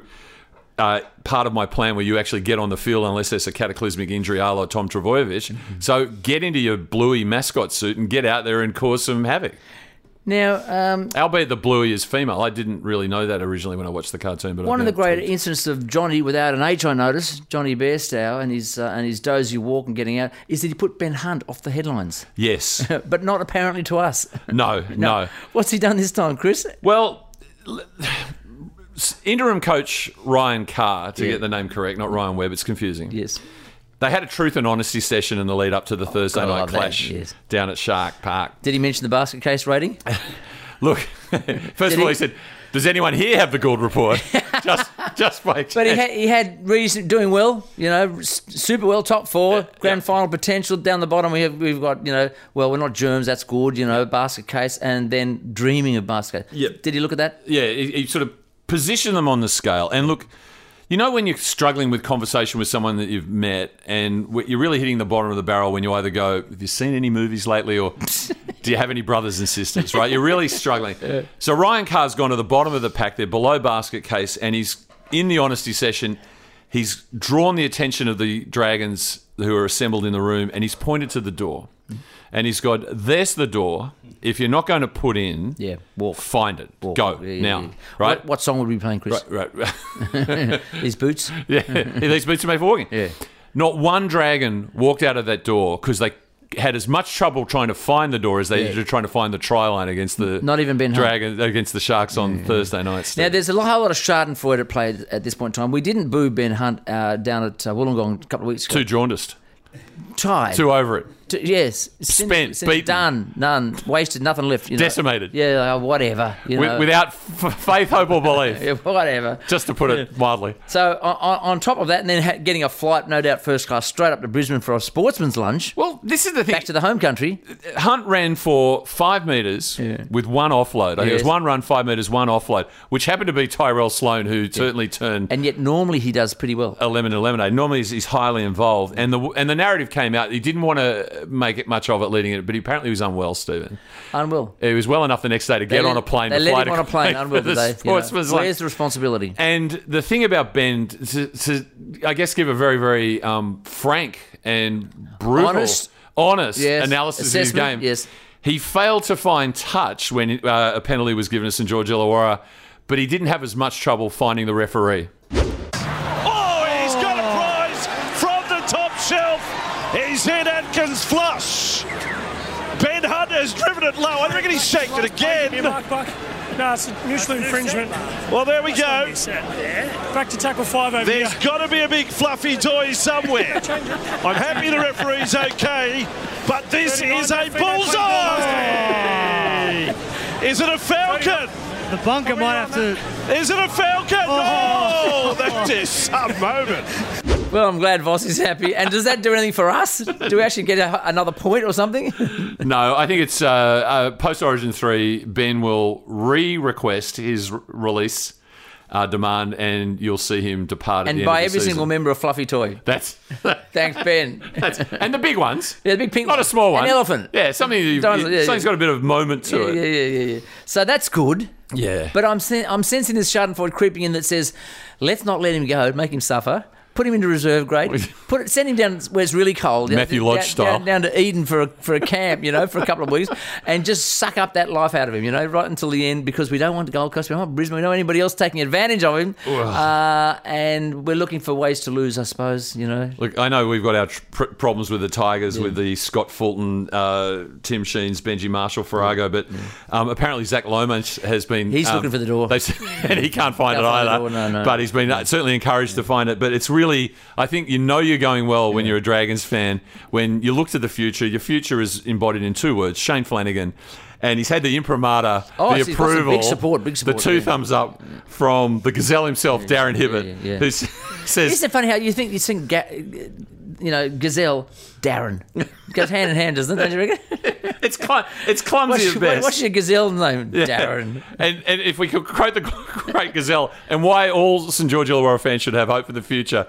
[SPEAKER 6] uh, part of my plan where you actually get on the field unless there's a cataclysmic injury, a la Tom Travojevic.
[SPEAKER 5] Mm-hmm.
[SPEAKER 6] So get into your bluey mascot suit and get out there and cause some havoc.
[SPEAKER 5] Now, um,
[SPEAKER 6] Albeit the bluey is female, I didn't really know that originally when I watched the cartoon. But
[SPEAKER 5] one
[SPEAKER 6] I
[SPEAKER 5] of the great incidents of Johnny without an H, I noticed, Johnny Bairstow and his uh, and his dozy walk and getting out, is that he put Ben Hunt off the headlines,
[SPEAKER 6] yes,
[SPEAKER 5] but not apparently to us.
[SPEAKER 6] no, no.
[SPEAKER 5] What's he done this time, Chris?
[SPEAKER 6] Well, l- interim coach Ryan Carr, to get the name correct, not Ryan Webb. It's confusing.
[SPEAKER 5] Yes.
[SPEAKER 6] They had a truth and honesty session in the lead up to the Thursday
[SPEAKER 5] Oh, God, I
[SPEAKER 6] night
[SPEAKER 5] love that,
[SPEAKER 6] clash
[SPEAKER 5] yes.
[SPEAKER 6] down at Shark Park.
[SPEAKER 5] Did he mention the basket case rating?
[SPEAKER 6] Look, first of
[SPEAKER 5] he-
[SPEAKER 6] all, he said, "Does anyone here have the Gould report?" just, just wait.
[SPEAKER 5] But he had, he had reason doing well, you know, s- super well, top four, grand
[SPEAKER 6] yeah.
[SPEAKER 5] final potential. Down the bottom, we have we've got you know, well, we're not germs, that's good, you know, basket case, and then dreaming of basket. case.
[SPEAKER 6] Yep.
[SPEAKER 5] Did he look at that?
[SPEAKER 6] yeah, he, he sort of positioned them on the scale. And look, you know when you're struggling with conversation with someone that you've met, and wh- you're really hitting the bottom of the barrel when you either go, "Have you seen any movies lately?" or "Do you have any brothers and sisters?" Right? You're really struggling. So Ryan Carr's gone to the bottom of the pack. They're below basket case, and he's in the honesty session. He's drawn the attention of the dragons who are assembled in the room, and he's pointed to the door,
[SPEAKER 5] Mm-hmm.
[SPEAKER 6] and he's got, "There's the door. If you're not going to put in,
[SPEAKER 5] Yeah, walk.
[SPEAKER 6] find it,
[SPEAKER 5] Or-
[SPEAKER 6] go
[SPEAKER 5] yeah, yeah,
[SPEAKER 6] now,
[SPEAKER 5] yeah.
[SPEAKER 6] right?"
[SPEAKER 5] What, what song would we be playing, Chris?
[SPEAKER 6] Right, right.
[SPEAKER 5] His boots.
[SPEAKER 6] yeah, these boots are made for walking.
[SPEAKER 5] Yeah.
[SPEAKER 6] Not one dragon walked out of that door because they had as much trouble trying to find the door as they did trying to find the try line against the
[SPEAKER 5] Not even Ben Hunt.
[SPEAKER 6] dragon against the sharks on Thursday nights.
[SPEAKER 5] Now, there's a lo- whole lot of Schadenfreude at play at this point in time. We didn't boo Ben Hunt uh, down at uh, Wollongong a couple of weeks ago.
[SPEAKER 6] too jaundiced,
[SPEAKER 5] tired.
[SPEAKER 6] too over it.
[SPEAKER 5] T- yes, Since-
[SPEAKER 6] uh, Spent,
[SPEAKER 5] since
[SPEAKER 6] beaten.
[SPEAKER 5] done, none, wasted, nothing left. You know.
[SPEAKER 6] Decimated.
[SPEAKER 5] Yeah, like, whatever. You
[SPEAKER 6] With,
[SPEAKER 5] know.
[SPEAKER 6] Without f- faith, hope, or belief,
[SPEAKER 5] Yeah, whatever.
[SPEAKER 6] just to put it mildly.
[SPEAKER 5] So on, on- on top of that, and then ha- getting a flight, no doubt, first class, straight up to Brisbane for a sportsman's lunch.
[SPEAKER 6] Well, this is the thing.
[SPEAKER 5] Back to the home country.
[SPEAKER 6] Hunt ran for five metres with one offload. I think it was
[SPEAKER 5] Yes.
[SPEAKER 6] one run, five metres, one offload, which happened to be Tyrell Sloan, who certainly turned
[SPEAKER 5] And yet, normally he does pretty well.
[SPEAKER 6] a lemon and lemonade. Normally, he's, he's highly involved, and the and the narrative came out. He didn't want to make it much of it leading it, but he apparently was unwell, Stephen.
[SPEAKER 5] Unwell.
[SPEAKER 6] He was well enough the next day to get
[SPEAKER 5] They
[SPEAKER 6] on a
[SPEAKER 5] let-
[SPEAKER 6] plane.
[SPEAKER 5] They
[SPEAKER 6] to
[SPEAKER 5] let
[SPEAKER 6] fly
[SPEAKER 5] him
[SPEAKER 6] to
[SPEAKER 5] on a plane.
[SPEAKER 6] Adelaide
[SPEAKER 5] Unwell
[SPEAKER 6] for the
[SPEAKER 5] today. you know.
[SPEAKER 6] sportsman's lunch.
[SPEAKER 5] Where's the responsibility?
[SPEAKER 6] And the thing about Ben, to, to I guess give a very very um, frank and brutal,
[SPEAKER 5] Honest.
[SPEAKER 6] honest
[SPEAKER 5] Yes.
[SPEAKER 6] analysis of his
[SPEAKER 5] Assessment,
[SPEAKER 6] game.
[SPEAKER 5] yes.
[SPEAKER 6] he failed to find touch when uh, a penalty was given to St George Illawarra. but he didn't have as much trouble finding the referee.
[SPEAKER 3] Oh, he's got a prize from the top shelf. He's hit Atkins flush. Ben Hunt has driven it low. I reckon he's shaken it again.
[SPEAKER 12] No, it's mutual infringement.
[SPEAKER 3] Well, there we go.
[SPEAKER 12] Back to tackle five over
[SPEAKER 3] There's
[SPEAKER 12] here.
[SPEAKER 3] got to be a big fluffy toy somewhere. I'm happy the referee's okay, but this is a bullseye. Is it a falcon? The bunker might have to. Is it a falcon? Oh, that is some moment.
[SPEAKER 5] Well, I'm glad Voss is happy. And does that do anything for us? Do we actually get a, another point or something?
[SPEAKER 6] No, I think it's uh, uh, post Origin 3. Ben will re request his r- release uh, demand, and you'll see him depart. at
[SPEAKER 5] And
[SPEAKER 6] the
[SPEAKER 5] by
[SPEAKER 6] end of the
[SPEAKER 5] every single
[SPEAKER 6] season.
[SPEAKER 5] member of Fluffy Toy.
[SPEAKER 6] That's
[SPEAKER 5] Thanks, Ben.
[SPEAKER 6] and the big ones.
[SPEAKER 5] Yeah, the big pink
[SPEAKER 6] Not a small one.
[SPEAKER 5] An elephant.
[SPEAKER 6] Yeah, something that you,
[SPEAKER 5] Don't-
[SPEAKER 6] you-
[SPEAKER 5] yeah, yeah.
[SPEAKER 6] something's got a bit of moment to
[SPEAKER 5] Yeah,
[SPEAKER 6] it.
[SPEAKER 5] yeah, yeah, yeah, yeah. So that's good.
[SPEAKER 6] Yeah.
[SPEAKER 5] But I'm sen- I'm sensing this Schadenfreude creeping in that says, let's not let him go, make him suffer, put him into reserve grade, put it, send him down where it's really cold, you know,
[SPEAKER 6] Matthew
[SPEAKER 5] down-
[SPEAKER 6] Lodge
[SPEAKER 5] down,
[SPEAKER 6] style.
[SPEAKER 5] down, to Eden for a, for a camp, you know, for a couple of weeks, and just suck up that life out of him, you know, right until the end, because we don't want Gold Coast, we don't want Brisbane, we don't want anybody else taking advantage of him,
[SPEAKER 6] Ugh.
[SPEAKER 5] uh, and we're looking for ways to lose, I suppose, you know.
[SPEAKER 6] Look, I know we've got our tr- pr- problems with the Tigers, with the Scott Fulton, uh, Tim Sheens, Benji Marshall, Farrago, but um, apparently Zach Lomax has been.
[SPEAKER 5] He's
[SPEAKER 6] um,
[SPEAKER 5] looking for the door.
[SPEAKER 6] they s- and he can't find
[SPEAKER 5] Can't
[SPEAKER 6] it
[SPEAKER 5] find the
[SPEAKER 6] either.
[SPEAKER 5] door, no, no.
[SPEAKER 6] But he's been uh, certainly encouraged to find it. But it's really, I think you know you're going well when you're a Dragons fan. When you look to the future, your future is embodied in two words Shane Flanagan. And he's had the imprimatur,
[SPEAKER 5] Oh,
[SPEAKER 6] the
[SPEAKER 5] so he's got some big
[SPEAKER 6] approval,
[SPEAKER 5] support, big support,
[SPEAKER 6] the two
[SPEAKER 5] yeah.
[SPEAKER 6] thumbs up from the gazelle himself, Darren Hibbert,
[SPEAKER 5] yeah, yeah.
[SPEAKER 6] who s- says,
[SPEAKER 5] Isn't it funny how you think you think, ga- you know, gazelle, Darren goes hand in hand, doesn't it? Don't you reckon?
[SPEAKER 6] it's, cl- it's clumsy
[SPEAKER 5] What's,
[SPEAKER 6] at best.
[SPEAKER 5] what's your gazelle name,
[SPEAKER 6] Yeah.
[SPEAKER 5] Darren?
[SPEAKER 6] And, and if we could quote the great Gazelle and why all St George Illawarra fans should have hope for the future,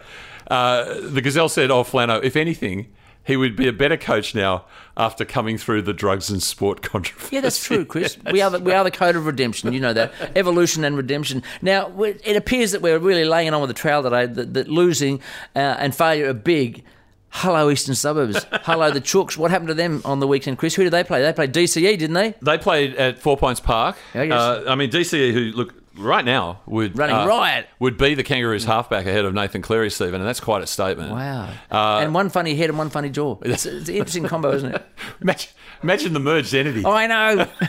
[SPEAKER 6] uh, the Gazelle said, "Oh, Flano, if anything, he would be a better coach now after coming through the drugs and sport controversy."
[SPEAKER 5] Yeah, that's true, Chris. we are the, we are the code of redemption. You know that evolution and redemption. Now we- it appears that we're really laying on with the trail today. That, that losing uh, and failure are big. Hello, Eastern Suburbs. Hello, the Chooks. What happened to them on the weekend, Chris? Who did they play? They played DCE, didn't they?
[SPEAKER 6] They played at Four Points Park.
[SPEAKER 5] I guess.
[SPEAKER 6] Uh, I mean, DCE, who look right now would uh,
[SPEAKER 5] Running riot.
[SPEAKER 6] would be the Kangaroos halfback ahead of Nathan Cleary, Stephen, and that's quite a statement.
[SPEAKER 5] Wow.
[SPEAKER 6] Uh,
[SPEAKER 5] and one funny head and one funny jaw. It's, it's an interesting combo, isn't it?
[SPEAKER 6] imagine, imagine the merged entity.
[SPEAKER 5] Oh, I know.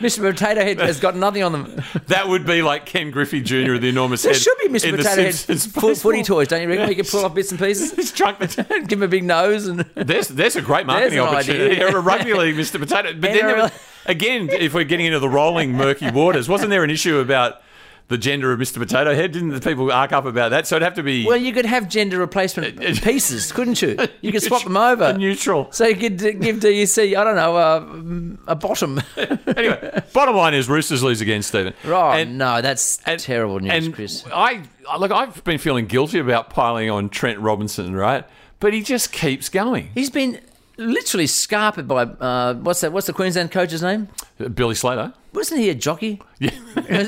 [SPEAKER 5] Mr. Potato Head has got nothing on them.
[SPEAKER 6] That would be like Ken Griffey Jr. with the enormous
[SPEAKER 5] There
[SPEAKER 6] head.
[SPEAKER 5] should be Mr.
[SPEAKER 6] in the
[SPEAKER 5] Potato Head
[SPEAKER 6] Simpsons
[SPEAKER 5] fo- footy
[SPEAKER 6] baseball.
[SPEAKER 5] toys, don't you reckon? You can pull off bits and pieces. Give him a big nose and
[SPEAKER 6] There's there's a great marketing
[SPEAKER 5] There's an
[SPEAKER 6] opportunity.
[SPEAKER 5] idea.
[SPEAKER 6] Yeah, a rugby league, Mr. Potato. But then there was, again, if we're getting into the rolling murky waters, wasn't there an issue about the gender of Mr. Potato Head? Didn't the people arc up about that? So it'd have to be
[SPEAKER 5] Well, you could have gender replacement pieces, couldn't you? You could swap them over.
[SPEAKER 6] a neutral.
[SPEAKER 5] So you could d- give DUC, I don't know, uh, mm, a bottom.
[SPEAKER 6] Anyway, bottom line is Roosters lose again, Stephen.
[SPEAKER 5] Oh,
[SPEAKER 6] And-
[SPEAKER 5] no, that's terrible news,
[SPEAKER 6] and
[SPEAKER 5] Chris.
[SPEAKER 6] I I- look, I've been feeling guilty about piling on Trent Robinson, right? But he just keeps going.
[SPEAKER 5] He's been literally scarped by, uh, what's that? What's the Queensland coach's name?
[SPEAKER 6] Billy Slater.
[SPEAKER 5] Wasn't he a jockey?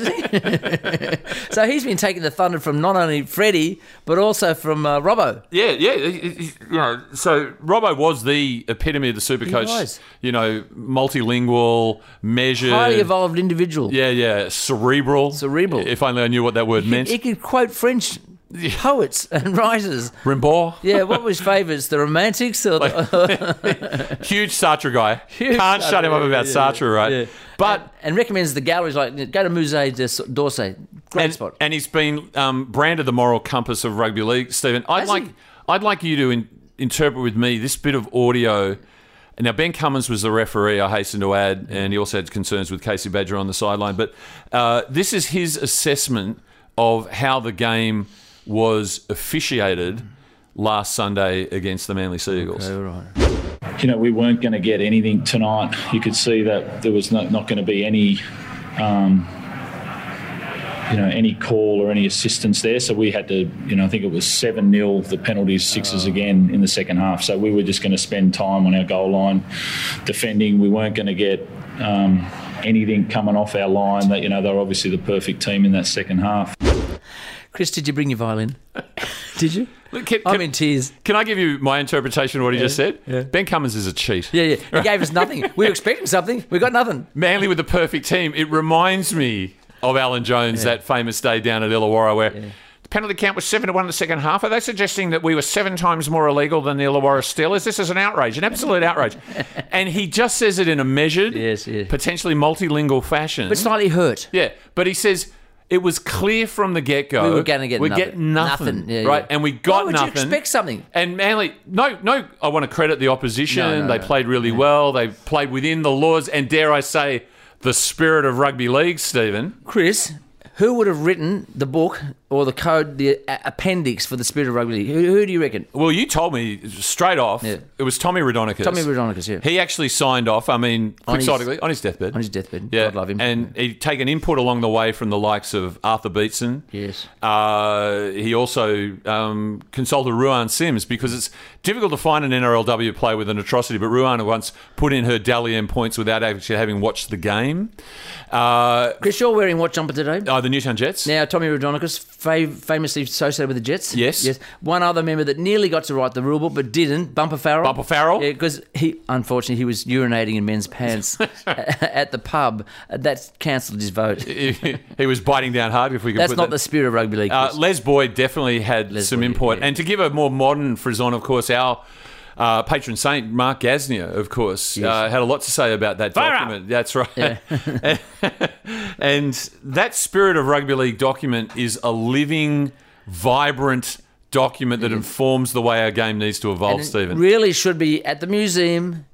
[SPEAKER 5] Yeah. so he's been taking the thunder from not only Freddie, but also from uh, Robbo.
[SPEAKER 6] Yeah, yeah. he- he- he- You know, so Robbo was the epitome of the super coach.
[SPEAKER 5] was.
[SPEAKER 6] You know, multilingual, measured,
[SPEAKER 5] Highly evolved individual.
[SPEAKER 6] Yeah, yeah, cerebral.
[SPEAKER 5] Cerebral.
[SPEAKER 6] If only I knew what that word meant.
[SPEAKER 5] He could quote French poets and writers.
[SPEAKER 6] Rimbaud,
[SPEAKER 5] Yeah, what was favourites? The Romantics or the,
[SPEAKER 6] huge Sartre guy.
[SPEAKER 5] Huge
[SPEAKER 6] Can't shut him
[SPEAKER 5] Sartre,
[SPEAKER 6] up about
[SPEAKER 5] yeah, yeah,
[SPEAKER 6] Sartre, right?
[SPEAKER 5] yeah.
[SPEAKER 6] But
[SPEAKER 5] and recommends the galleries like go to Musée de- d'Orsay. Great
[SPEAKER 6] and,
[SPEAKER 5] spot.
[SPEAKER 6] and he's been um, branded the moral compass of rugby league, Stephen. I'd
[SPEAKER 5] Has
[SPEAKER 6] like
[SPEAKER 5] he?
[SPEAKER 6] I'd like you to in, interpret with me this bit of audio. Now Ben Cummins was the referee, I hasten to add,
[SPEAKER 5] Mm.
[SPEAKER 6] and he also had concerns with Casey Badger on the sideline. But uh, this is his assessment of how the game was officiated
[SPEAKER 5] Mm.
[SPEAKER 6] last Sunday against the Manly Seagulls.
[SPEAKER 13] you know, we weren't going to get anything tonight. You could see that there was no, not going to be any, um, you know, any call or any assistance there. So we had to, you know, I think it was 7 0, the penalties, sixes again in the second half. So we were just going to spend time on our goal line defending. We weren't going to get um, anything coming off our line that, you know, they're obviously the perfect team in that second half.
[SPEAKER 5] Chris, did you bring your violin? did you?
[SPEAKER 6] Look, can,
[SPEAKER 5] I'm
[SPEAKER 6] can,
[SPEAKER 5] in tears.
[SPEAKER 6] can I give you my interpretation of what he just said? Ben Cummins is a cheat.
[SPEAKER 5] Yeah, yeah. He gave us nothing. We were expecting something. We got nothing.
[SPEAKER 6] Manly with the perfect team. It reminds me of Alan Jones that famous day down at Illawarra where the penalty count was seven to one in the second half. Are they suggesting that we were seven times more illegal than the Illawarra Steelers? This is an outrage, an absolute outrage. and he just says it in a measured, potentially multilingual fashion,
[SPEAKER 5] But slightly hurt.
[SPEAKER 6] Yeah, but he says. It was clear from the get go.
[SPEAKER 5] We were gonna get
[SPEAKER 6] we
[SPEAKER 5] nothing.
[SPEAKER 6] get nothing,
[SPEAKER 5] Nothing, yeah,
[SPEAKER 6] right?
[SPEAKER 5] yeah.
[SPEAKER 6] And we got
[SPEAKER 5] Why would you
[SPEAKER 6] nothing.
[SPEAKER 5] expect something?
[SPEAKER 6] And Manly, no, no. I want to credit the opposition.
[SPEAKER 5] No, no,
[SPEAKER 6] they
[SPEAKER 5] no.
[SPEAKER 6] played really well. They played within the laws, and dare I say, the spirit of rugby league. Stephen,
[SPEAKER 5] Chris, who would have written the book or the code, the a- appendix for the spirit of rugby league? Who, who do you reckon?
[SPEAKER 6] Well, you told me straight off. It was Tommy Radonicus.
[SPEAKER 5] Tommy Rodonicus, yeah.
[SPEAKER 6] He actually signed off. I mean,
[SPEAKER 5] On his-
[SPEAKER 6] quixotically, on his deathbed. On his
[SPEAKER 5] deathbed.
[SPEAKER 6] Yeah, God love him. And he'd taken input along the way from the likes of Arthur Beetson.
[SPEAKER 5] Yes.
[SPEAKER 6] Uh, he also um, consulted Ruan Sims because it's difficult to find an NRLW player with an atrocity, but Ruan once put in her Dally M points without actually having watched the game. Uh,
[SPEAKER 5] Chris, you're wearing what jumper today?
[SPEAKER 6] Oh, the Newtown Jets.
[SPEAKER 5] Now, Tommy Rodonicus, fav- famously associated with the Jets.
[SPEAKER 6] Yes.
[SPEAKER 5] Yes. One other member that nearly got to write the rule book but didn't, Bumper Farrell. Bumper
[SPEAKER 6] Farrell.
[SPEAKER 5] Yeah, because he, unfortunately, he was urinating in men's pants a- at the pub. Uh, That cancelled his vote.
[SPEAKER 6] he he was biting down hard. If we could
[SPEAKER 5] That's
[SPEAKER 6] put
[SPEAKER 5] not
[SPEAKER 6] that-
[SPEAKER 5] the spirit of rugby league.
[SPEAKER 6] Uh,
[SPEAKER 5] Chris.
[SPEAKER 6] Les Boyd definitely had some input. And to give a more modern frizz on, of course, our uh, patron saint, Mark Gasnier, of course, uh, had a lot to say about that document. That's right. and that spirit of rugby league document is a living, vibrant document that informs the way our game needs to
[SPEAKER 5] Mm.
[SPEAKER 6] evolve,
[SPEAKER 5] And it
[SPEAKER 6] Stephen.
[SPEAKER 5] Really should be at the museum,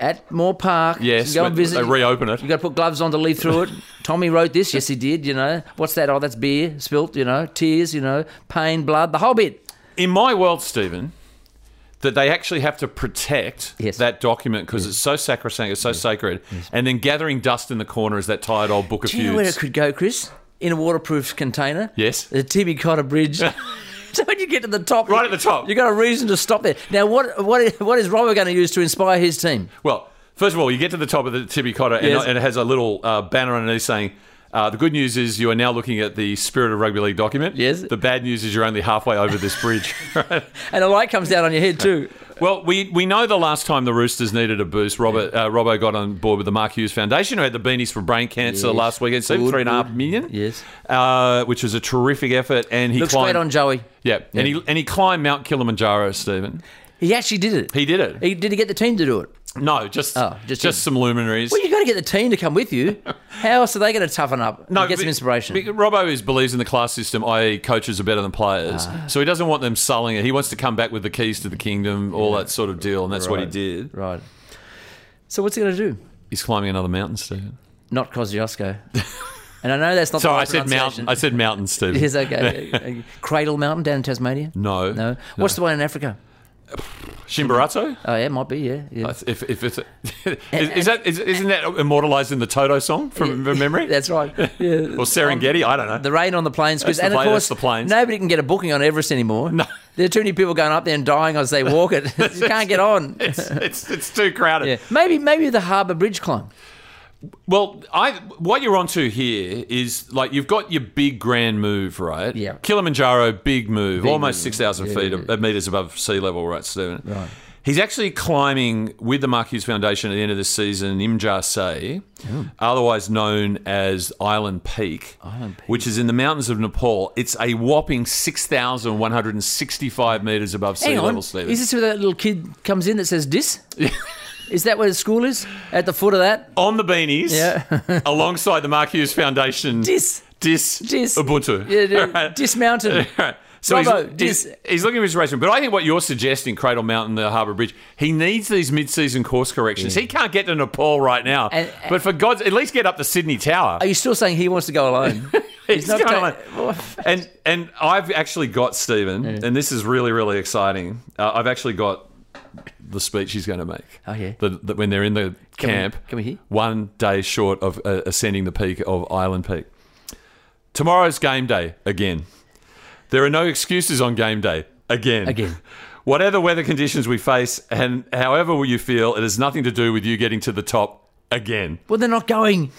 [SPEAKER 5] at Moore Park.
[SPEAKER 6] Yes,
[SPEAKER 5] You go
[SPEAKER 6] when
[SPEAKER 5] and visit.
[SPEAKER 6] they reopen it.
[SPEAKER 5] You got to put gloves on to leaf through it. Tommy wrote this. Yes, he did. You know, what's that? Oh, that's beer spilt. You know, tears. You know, pain, blood, the whole bit.
[SPEAKER 6] In my world, Stephen, that they actually have to protect that document because it's so sacrosanct, it's so sacred. And then gathering dust in the corner is that tired old book of
[SPEAKER 5] Do you know where it
[SPEAKER 6] feuds.
[SPEAKER 5] could go, Chris? In a waterproof container.
[SPEAKER 6] Yes.
[SPEAKER 5] The Timmy Cotter Bridge. So when you get to the top, right
[SPEAKER 6] at the top,
[SPEAKER 5] you got a reason to stop there. Now, what what what is Robert going to use to inspire his team?
[SPEAKER 6] Well, first of all, you get to the top of the Tibby Cotter, and,
[SPEAKER 5] Yes.
[SPEAKER 6] and it has a little uh, banner underneath saying, uh, the good news is you are now looking at the spirit of rugby league document. Yes. The bad news is you're only halfway over this bridge.
[SPEAKER 5] And a light comes down on your head too.
[SPEAKER 6] Well, we, we know the last time the Roosters needed a boost, Robert uh, Robbo got on board with the Mark Hughes Foundation, who had the beanies for brain cancer
[SPEAKER 5] Yes.
[SPEAKER 6] last weekend. So
[SPEAKER 5] Good,
[SPEAKER 6] three and a half
[SPEAKER 5] good.
[SPEAKER 6] million,
[SPEAKER 5] Yes.
[SPEAKER 6] uh, which was a terrific effort, and he
[SPEAKER 5] Looks
[SPEAKER 6] climbed
[SPEAKER 5] great on Joey.
[SPEAKER 6] Yeah, and
[SPEAKER 5] Yeah.
[SPEAKER 6] he and he climbed Mount Kilimanjaro, Stephen.
[SPEAKER 5] He actually did it.
[SPEAKER 6] He did it.
[SPEAKER 5] He, did he get the team to do it?
[SPEAKER 6] No, just just,
[SPEAKER 5] him.
[SPEAKER 6] some luminaries.
[SPEAKER 5] Well, you got to get the team to come with you. How else are they going to toughen up? No, get some inspiration.
[SPEAKER 6] Because Robbo is believes in the class system, i.e., coaches are better than players.
[SPEAKER 5] Ah.
[SPEAKER 6] So he doesn't want them selling it. He wants to come back with the keys to the kingdom, all that sort of deal, and that's what he
[SPEAKER 5] Right.
[SPEAKER 6] did.
[SPEAKER 5] Right. So what's he going to do?
[SPEAKER 6] He's climbing another mountain, Stephen.
[SPEAKER 5] Not Kosciuszko. and I know that's not.
[SPEAKER 6] Sorry,
[SPEAKER 5] the right
[SPEAKER 6] I said
[SPEAKER 5] pronunciation.
[SPEAKER 6] mountain. I said mountain, Stephen.
[SPEAKER 5] Yes, okay. Cradle Mountain down in Tasmania.
[SPEAKER 6] no, no.
[SPEAKER 5] What's the one in Africa?
[SPEAKER 6] Chimborazo?
[SPEAKER 5] Oh yeah, might be. Yeah, yeah.
[SPEAKER 6] If, if it's is, is that is, isn't that immortalised in the Toto song from, from memory?
[SPEAKER 5] That's right. Yeah.
[SPEAKER 6] Or Serengeti? I don't know.
[SPEAKER 5] The rain on the plains, Chris.
[SPEAKER 6] That's the
[SPEAKER 5] and of
[SPEAKER 6] plane-
[SPEAKER 5] course,
[SPEAKER 6] that's the planes.
[SPEAKER 5] nobody can get a booking on Everest anymore. No. There are too many people going up there and dying as they walk it. you can't get on.
[SPEAKER 6] It's, it's, it's too crowded.
[SPEAKER 5] Maybe maybe the Harbour Bridge climb.
[SPEAKER 6] Well, I what you're onto here is like you've got your big grand move, right? Yeah. Kilimanjaro, big move,
[SPEAKER 5] Big
[SPEAKER 6] almost
[SPEAKER 5] move.
[SPEAKER 6] six thousand
[SPEAKER 5] Yeah,
[SPEAKER 6] feet,
[SPEAKER 5] yeah,
[SPEAKER 6] uh, meters above sea level, right, Stephen? Right. He's actually climbing with the Mark Hughes Foundation at the end of this season, Imjar Se,
[SPEAKER 5] Oh.
[SPEAKER 6] otherwise known as Island Peak, Island Peak, which is in the mountains of Nepal. It's a whopping six thousand one hundred and sixty-five meters above sea
[SPEAKER 5] Hang on.
[SPEAKER 6] level, Stephen.
[SPEAKER 5] Is this where that little kid comes in that says dis? is that where the school is? At the foot of that?
[SPEAKER 6] on the beanies alongside the Mark Hughes Foundation.
[SPEAKER 5] Dis.
[SPEAKER 6] Dis.
[SPEAKER 5] Dis.
[SPEAKER 6] Ubuntu.
[SPEAKER 5] Yeah, yeah,
[SPEAKER 6] Alright.
[SPEAKER 5] dismounted.
[SPEAKER 6] Alright. So he's,
[SPEAKER 5] Bravo,
[SPEAKER 6] he's, he's looking for inspiration. But I think what you're suggesting, Cradle Mountain, the Harbour Bridge, he needs these mid season course corrections. He can't get to Nepal right now. but for God's at least get up to Sydney Tower.
[SPEAKER 5] Are you still saying he wants to go alone?
[SPEAKER 6] He's
[SPEAKER 5] Oh, not
[SPEAKER 6] going
[SPEAKER 5] ta-
[SPEAKER 6] on. and and I've actually got Stephen, and this is really really exciting. Uh, I've actually got the speech he's going to make. Oh yeah, the, the, when they're in the
[SPEAKER 5] Can we-
[SPEAKER 6] camp.
[SPEAKER 5] can we hear?
[SPEAKER 6] One day short of uh, ascending the peak of Island Peak. Tomorrow's game day again. There are no excuses on game day again. Again. Whatever weather conditions we face, and however you feel, it has nothing to do with you getting to the top again.
[SPEAKER 5] Well, they're not going.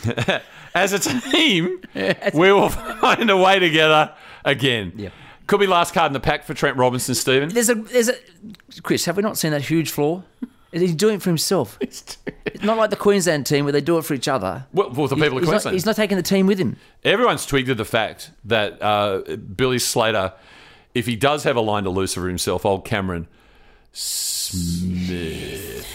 [SPEAKER 6] As a team, we will find a way together again. Could be last card in the pack for Trent Robinson, Stephen.
[SPEAKER 5] There's a there's a Chris. Have we not seen that huge floor? He's doing it for himself. It's not like the Queensland team where they do it for each other.
[SPEAKER 6] Well, for the people
[SPEAKER 5] he's
[SPEAKER 6] of
[SPEAKER 5] not-
[SPEAKER 6] Queensland.
[SPEAKER 5] he's not taking the team with him.
[SPEAKER 6] Everyone's twigged to the fact that uh, Billy Slater, if he does have a line to loose for himself, old Cameron Smith,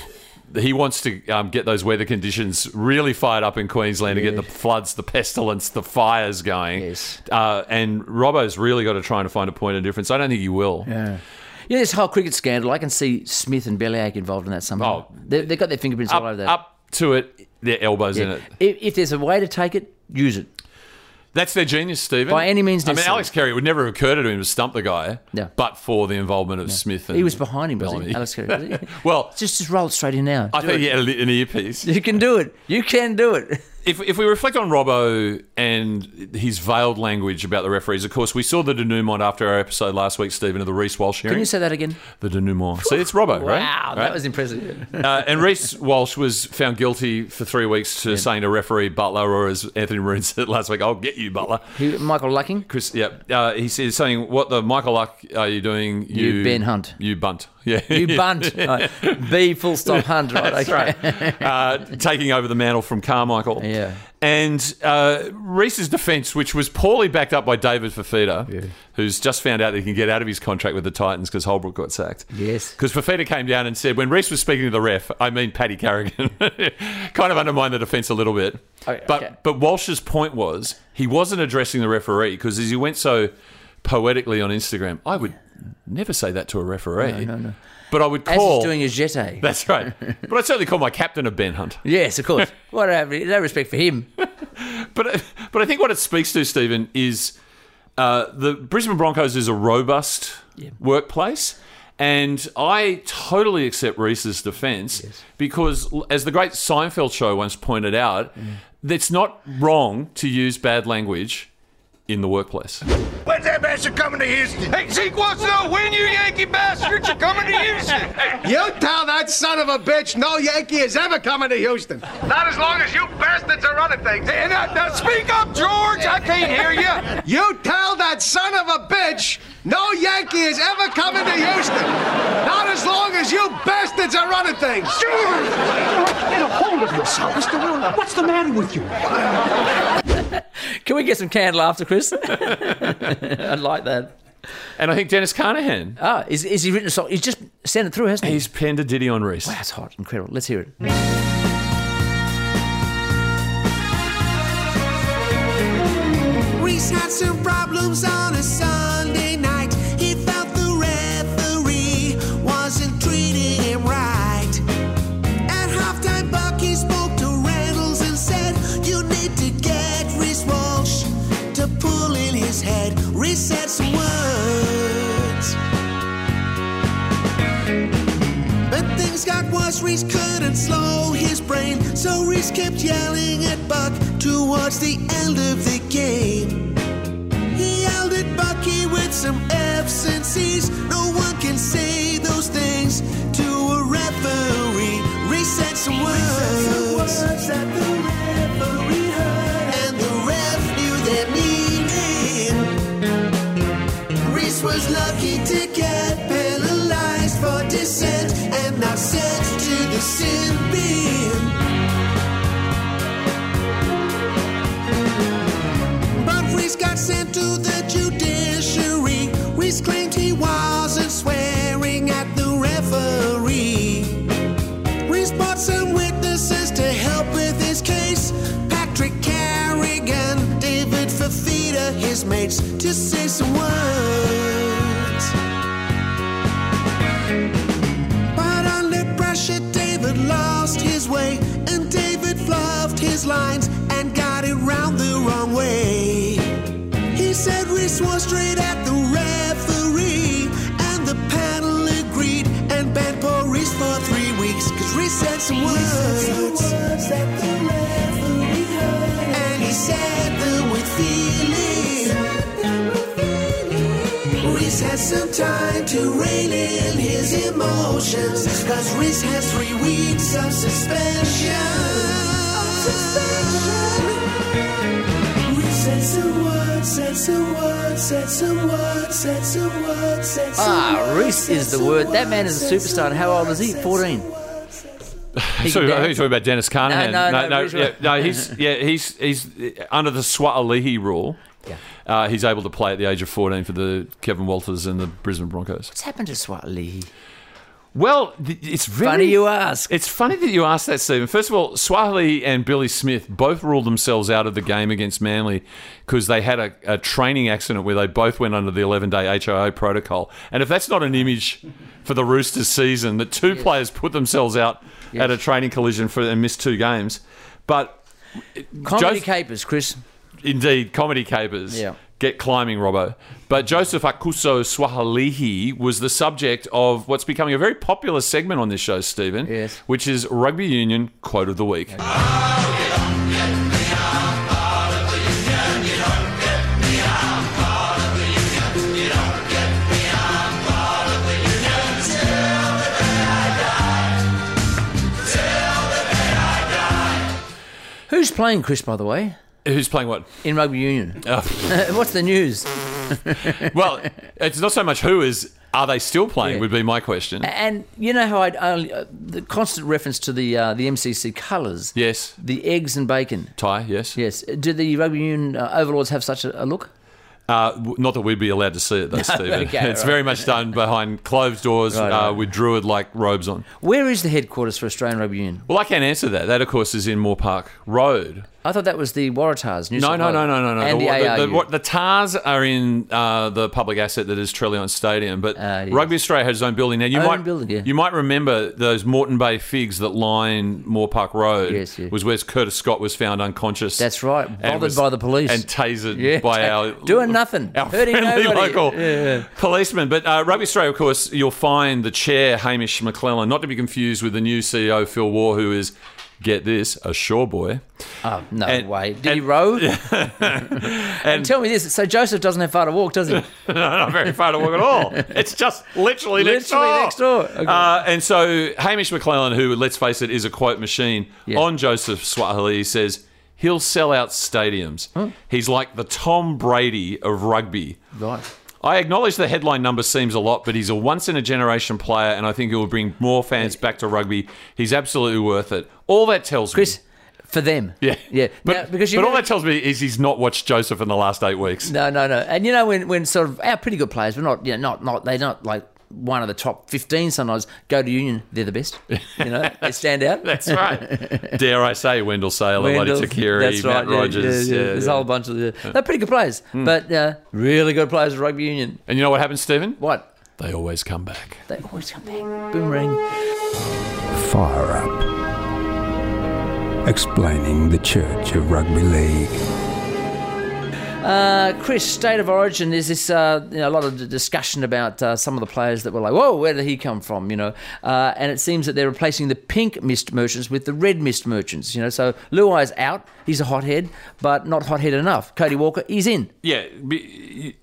[SPEAKER 6] he wants to um, get those weather conditions really fired up in Queensland to get the floods, the pestilence, the fires going. Yes. Uh, and Robbo's really got to try and find a point of difference. I don't think he will.
[SPEAKER 5] Yeah. You know, this whole cricket scandal, I can see Smith and Bellyache involved in that somehow. they, they've got their fingerprints all over that.
[SPEAKER 6] Oh. Up to it, their elbows in
[SPEAKER 5] Yeah.
[SPEAKER 6] it.
[SPEAKER 5] If, if there's a way to take it, use it.
[SPEAKER 6] That's their genius, Stephen.
[SPEAKER 5] By any means
[SPEAKER 6] I mean,
[SPEAKER 5] necessary.
[SPEAKER 6] Alex Carey it would never have occurred to him to stump the guy,
[SPEAKER 5] No.
[SPEAKER 6] but for the involvement of Smith. And
[SPEAKER 5] He was behind him, wasn't he?
[SPEAKER 6] Bellamy.
[SPEAKER 5] Alex Carey. was he?
[SPEAKER 6] well,
[SPEAKER 5] just just roll it straight in now.
[SPEAKER 6] I
[SPEAKER 5] Do
[SPEAKER 6] think
[SPEAKER 5] it.
[SPEAKER 6] he had an earpiece.
[SPEAKER 5] You can do it. You can do it.
[SPEAKER 6] If, if we reflect on Robbo and his veiled language about the referees, of course, we saw the denouement after our episode last week, Stephen, of the Reese Walsh hearing.
[SPEAKER 5] Can you say that again?
[SPEAKER 6] The denouement. See, it's Robbo, right?
[SPEAKER 5] Wow,
[SPEAKER 6] Right?
[SPEAKER 5] that was impressive.
[SPEAKER 6] uh, and Reese Walsh was found guilty for three weeks to saying to referee Butler, or as Anthony Maroon said last week, "I'll get you, Butler."
[SPEAKER 5] Michael Lucking.
[SPEAKER 6] Chris, yeah, uh, he says saying, "What the Michael Luck are you doing?
[SPEAKER 5] You Ben Hunt.
[SPEAKER 6] you bunt, yeah,
[SPEAKER 5] You bunt. Right. B full stop Hunt. Right.
[SPEAKER 6] That's
[SPEAKER 5] okay.
[SPEAKER 6] right. Uh, taking over the mantle from Carmichael. Yeah. And uh, Reese's defence, which was poorly backed up by David Fafita, who's just found out that he can get out of his contract with the Titans because Holbrook got sacked.
[SPEAKER 5] Yes.
[SPEAKER 6] Because Fafita came down and said, when Reese was speaking to the ref, I mean Paddy Carrigan, kind of undermined the defence a little bit.
[SPEAKER 5] Oh,
[SPEAKER 6] but but Walsh's point was he wasn't addressing the referee because as he went so poetically on Instagram, I would never say that to a referee.
[SPEAKER 5] No, no, no.
[SPEAKER 6] But I would
[SPEAKER 5] As he's
[SPEAKER 6] call
[SPEAKER 5] doing his jetty.
[SPEAKER 6] that's right. But I'd certainly call my captain a Ben Hunt.
[SPEAKER 5] Yes, of course. What a, no respect for him.
[SPEAKER 6] But uh, but I think what it speaks to, Stephen, is uh, the Brisbane Broncos is a robust workplace. And I totally accept Reese's defence because, l- as the great Seinfeld show once pointed out, it's not wrong to use bad language in the workplace.
[SPEAKER 14] When's that bastard coming to Houston? Hey, Zeke wants to know when you Yankee bastards are coming to Houston.
[SPEAKER 11] You tell that son of a bitch no Yankee is ever coming to Houston.
[SPEAKER 14] Not as long as you bastards are running things. Hey, now, now speak up, George. I can't hear you.
[SPEAKER 11] You tell that son of a bitch no Yankee is ever coming to Houston. Not as long as you bastards are running things.
[SPEAKER 14] Get a hold of yourself, Mr. Wilner. What's the matter with you?
[SPEAKER 5] Can we get some canned laughter, Chris? I like that.
[SPEAKER 6] And I think Dennis Carnahan.
[SPEAKER 5] Ah, is, is he written a song? He's just sent it through, hasn't he?
[SPEAKER 6] He's penned a ditty on Reese.
[SPEAKER 5] Wow, that's hot. Incredible. Let's hear it.
[SPEAKER 15] Reese had some problems on a Sunday night. He felt the referee wasn't treating him right. At halftime, Bucky spoke to Reynolds and said, You need to get Reese Walsh to pull in his head. Reese said some words. But things got worse, Reese couldn't slow his brain. So Reese kept yelling at Buck towards the end of the game. He yelled at Bucky with some F's and C's. No one can say those things to a referee. Reese said some words. that the referee heard. And the ref knew their meaning. Reese was lucky to get penalized for dissent and not sent to the sin bin. But Reese got sent to the judiciary. Reese claimed he wasn't swearing at the referee. Reese brought some witnesses to help with his case. Patrick Carrigan, David Fafita, his mates, to say some words. But under pressure, David lost his way, and David fluffed his lines and got it round the wrong way. He said Reese was straight at the referee, and the panel agreed and banned poor Reese for three weeks. Cause Reese said some words. that the referee heard. And he said them with feeling. Reese has some time to rein in his emotions. Cause Reese has three weeks of suspension. Said some words, said some words, said some words, said some words, said some
[SPEAKER 5] Ah,
[SPEAKER 15] words,
[SPEAKER 5] Reese
[SPEAKER 15] said
[SPEAKER 5] is the
[SPEAKER 15] some
[SPEAKER 5] word. That man
[SPEAKER 15] words,
[SPEAKER 5] is a
[SPEAKER 15] said some
[SPEAKER 5] superstar. And how old is he? 14. He
[SPEAKER 6] So,
[SPEAKER 5] can
[SPEAKER 6] I think you're
[SPEAKER 5] dance.
[SPEAKER 6] talking about Dennis Carnahan.
[SPEAKER 5] No, no, no,
[SPEAKER 6] yeah,
[SPEAKER 5] Brisbane.
[SPEAKER 6] no, he's yeah, he's he's uh, under the Swatalihi rule.
[SPEAKER 5] Yeah.
[SPEAKER 6] Uh, he's able to play at the age of 14 for the Kevin Walters and the Brisbane Broncos.
[SPEAKER 5] What's happened to Swatalihi?
[SPEAKER 6] Well, th- it's very
[SPEAKER 5] Funny you ask.
[SPEAKER 6] It's funny that you asked that, Stephen. First of all, Swahili and Billy Smith both ruled themselves out of the game against Manly because they had a, a training accident where they both went under the 11 day HIO protocol. And if that's not an image for the Roosters season, that two players put themselves out at a training collision for and missed two games. But
[SPEAKER 5] Comedy
[SPEAKER 6] Joseph-
[SPEAKER 5] capers, Chris.
[SPEAKER 6] Indeed, comedy capers.
[SPEAKER 5] Yeah.
[SPEAKER 6] Get climbing, Robbo. But Joseph Akuso Swahilihi was the subject of what's becoming a very popular segment on this show, Stephen, yes. which is Rugby Union Quote of the Week.
[SPEAKER 5] Who's playing Chris, by the way?
[SPEAKER 6] Who's playing what?
[SPEAKER 5] In rugby union.
[SPEAKER 6] Oh.
[SPEAKER 5] What's the news?
[SPEAKER 6] well, it's not so much who is, are they still playing, would be my question.
[SPEAKER 5] And you know how I'd only, uh, the constant reference to the uh, the MCC colours.
[SPEAKER 6] Yes.
[SPEAKER 5] The eggs and bacon.
[SPEAKER 6] Tie, yes.
[SPEAKER 5] Yes. Do the rugby union uh, overlords have such a, a look?
[SPEAKER 6] Uh, w- not that we'd be allowed to see it, though, Stephen.
[SPEAKER 5] okay,
[SPEAKER 6] it's
[SPEAKER 5] right.
[SPEAKER 6] very much done behind closed doors
[SPEAKER 5] Right,
[SPEAKER 6] uh,
[SPEAKER 5] right.
[SPEAKER 6] with Druid like robes on.
[SPEAKER 5] Where is the headquarters for Australian Rugby Union?
[SPEAKER 6] Well, I can't answer that. That, of course, is in Moore Park Road.
[SPEAKER 5] I thought that was the Waratahs. New
[SPEAKER 6] No,
[SPEAKER 5] South
[SPEAKER 6] no, no,
[SPEAKER 5] Wales.
[SPEAKER 6] no, no, no.
[SPEAKER 5] And the,
[SPEAKER 6] the,
[SPEAKER 5] ARU.
[SPEAKER 6] the, what- the TARS are in uh, the public asset that is Trellion Stadium, but Rugby Australia has its own building. Now you
[SPEAKER 5] Uh, Own
[SPEAKER 6] might
[SPEAKER 5] building, yeah.
[SPEAKER 6] you might remember those Moreton Bay figs that line Moore Park Road.
[SPEAKER 5] Yes, yeah.
[SPEAKER 6] was where Curtis Scott was found unconscious.
[SPEAKER 5] That's right.
[SPEAKER 6] and
[SPEAKER 5] Bothered
[SPEAKER 6] was-
[SPEAKER 5] by the police.
[SPEAKER 6] and tasered
[SPEAKER 5] Yeah,
[SPEAKER 6] by
[SPEAKER 5] ta-
[SPEAKER 6] our
[SPEAKER 5] doing nothing,
[SPEAKER 6] our
[SPEAKER 5] hurting
[SPEAKER 6] friendly
[SPEAKER 5] nobody.
[SPEAKER 6] local
[SPEAKER 5] Yeah.
[SPEAKER 6] policeman. But uh, Rugby Australia, of course, you'll find the chair Hamish McClellan, not to be confused with the new CEO Phil War, who is. Get this, a shore boy.
[SPEAKER 5] Oh, no
[SPEAKER 6] And-
[SPEAKER 5] way. Did he row?
[SPEAKER 6] And
[SPEAKER 5] Tell me this. So Joseph doesn't have far to walk, does he?
[SPEAKER 6] no, not very far to walk at all. It's just literally, next door.
[SPEAKER 5] Literally next door. Okay.
[SPEAKER 6] Uh, and so Hamish McClellan, who, let's face it, is a quote machine, on Joseph Swahili says, he'll sell out stadiums. He's like the Tom Brady of rugby.
[SPEAKER 5] Right.
[SPEAKER 6] I acknowledge the headline number seems a lot, but he's a once in a generation player, and I think he will bring more fans back to rugby. He's absolutely worth it. All that tells me.
[SPEAKER 5] For them.
[SPEAKER 6] Yeah.
[SPEAKER 5] Yeah.
[SPEAKER 6] But,
[SPEAKER 5] Now, because you
[SPEAKER 6] but all
[SPEAKER 5] know-
[SPEAKER 6] that tells me is he's not watched Joseph in the last eight weeks.
[SPEAKER 5] No, no, no. And you know when, when sort of our pretty good players, but not you know, not not they're not like one of the top fifteen sometimes go to Union, they're the best. You know, they stand out.
[SPEAKER 6] That's right. Dare I say, Wendell Saylor, Lottie Takiri,
[SPEAKER 5] that's right,
[SPEAKER 6] Matt
[SPEAKER 5] yeah,
[SPEAKER 6] Rogers.
[SPEAKER 5] Yeah, yeah, There's a whole bunch of the, they're pretty good players,
[SPEAKER 6] Hmm.
[SPEAKER 5] but uh, really good players at rugby union.
[SPEAKER 6] And you know what happens, Stephen?
[SPEAKER 5] What?
[SPEAKER 6] They always come back.
[SPEAKER 5] They always come back. Boomerang.
[SPEAKER 16] Fire Up. Explaining the Church of Rugby League.
[SPEAKER 5] Uh, Chris, state of origin. There's this uh, you know, a lot of d- discussion about uh, some of the players that were like, "Whoa, where did he come from?" You know, uh, and it seems that they're replacing the pink mist merchants with the red mist merchants. You know, so Luai's out. He's a hothead, but not hothead enough. Cody Walker, he's in.
[SPEAKER 6] Yeah, be-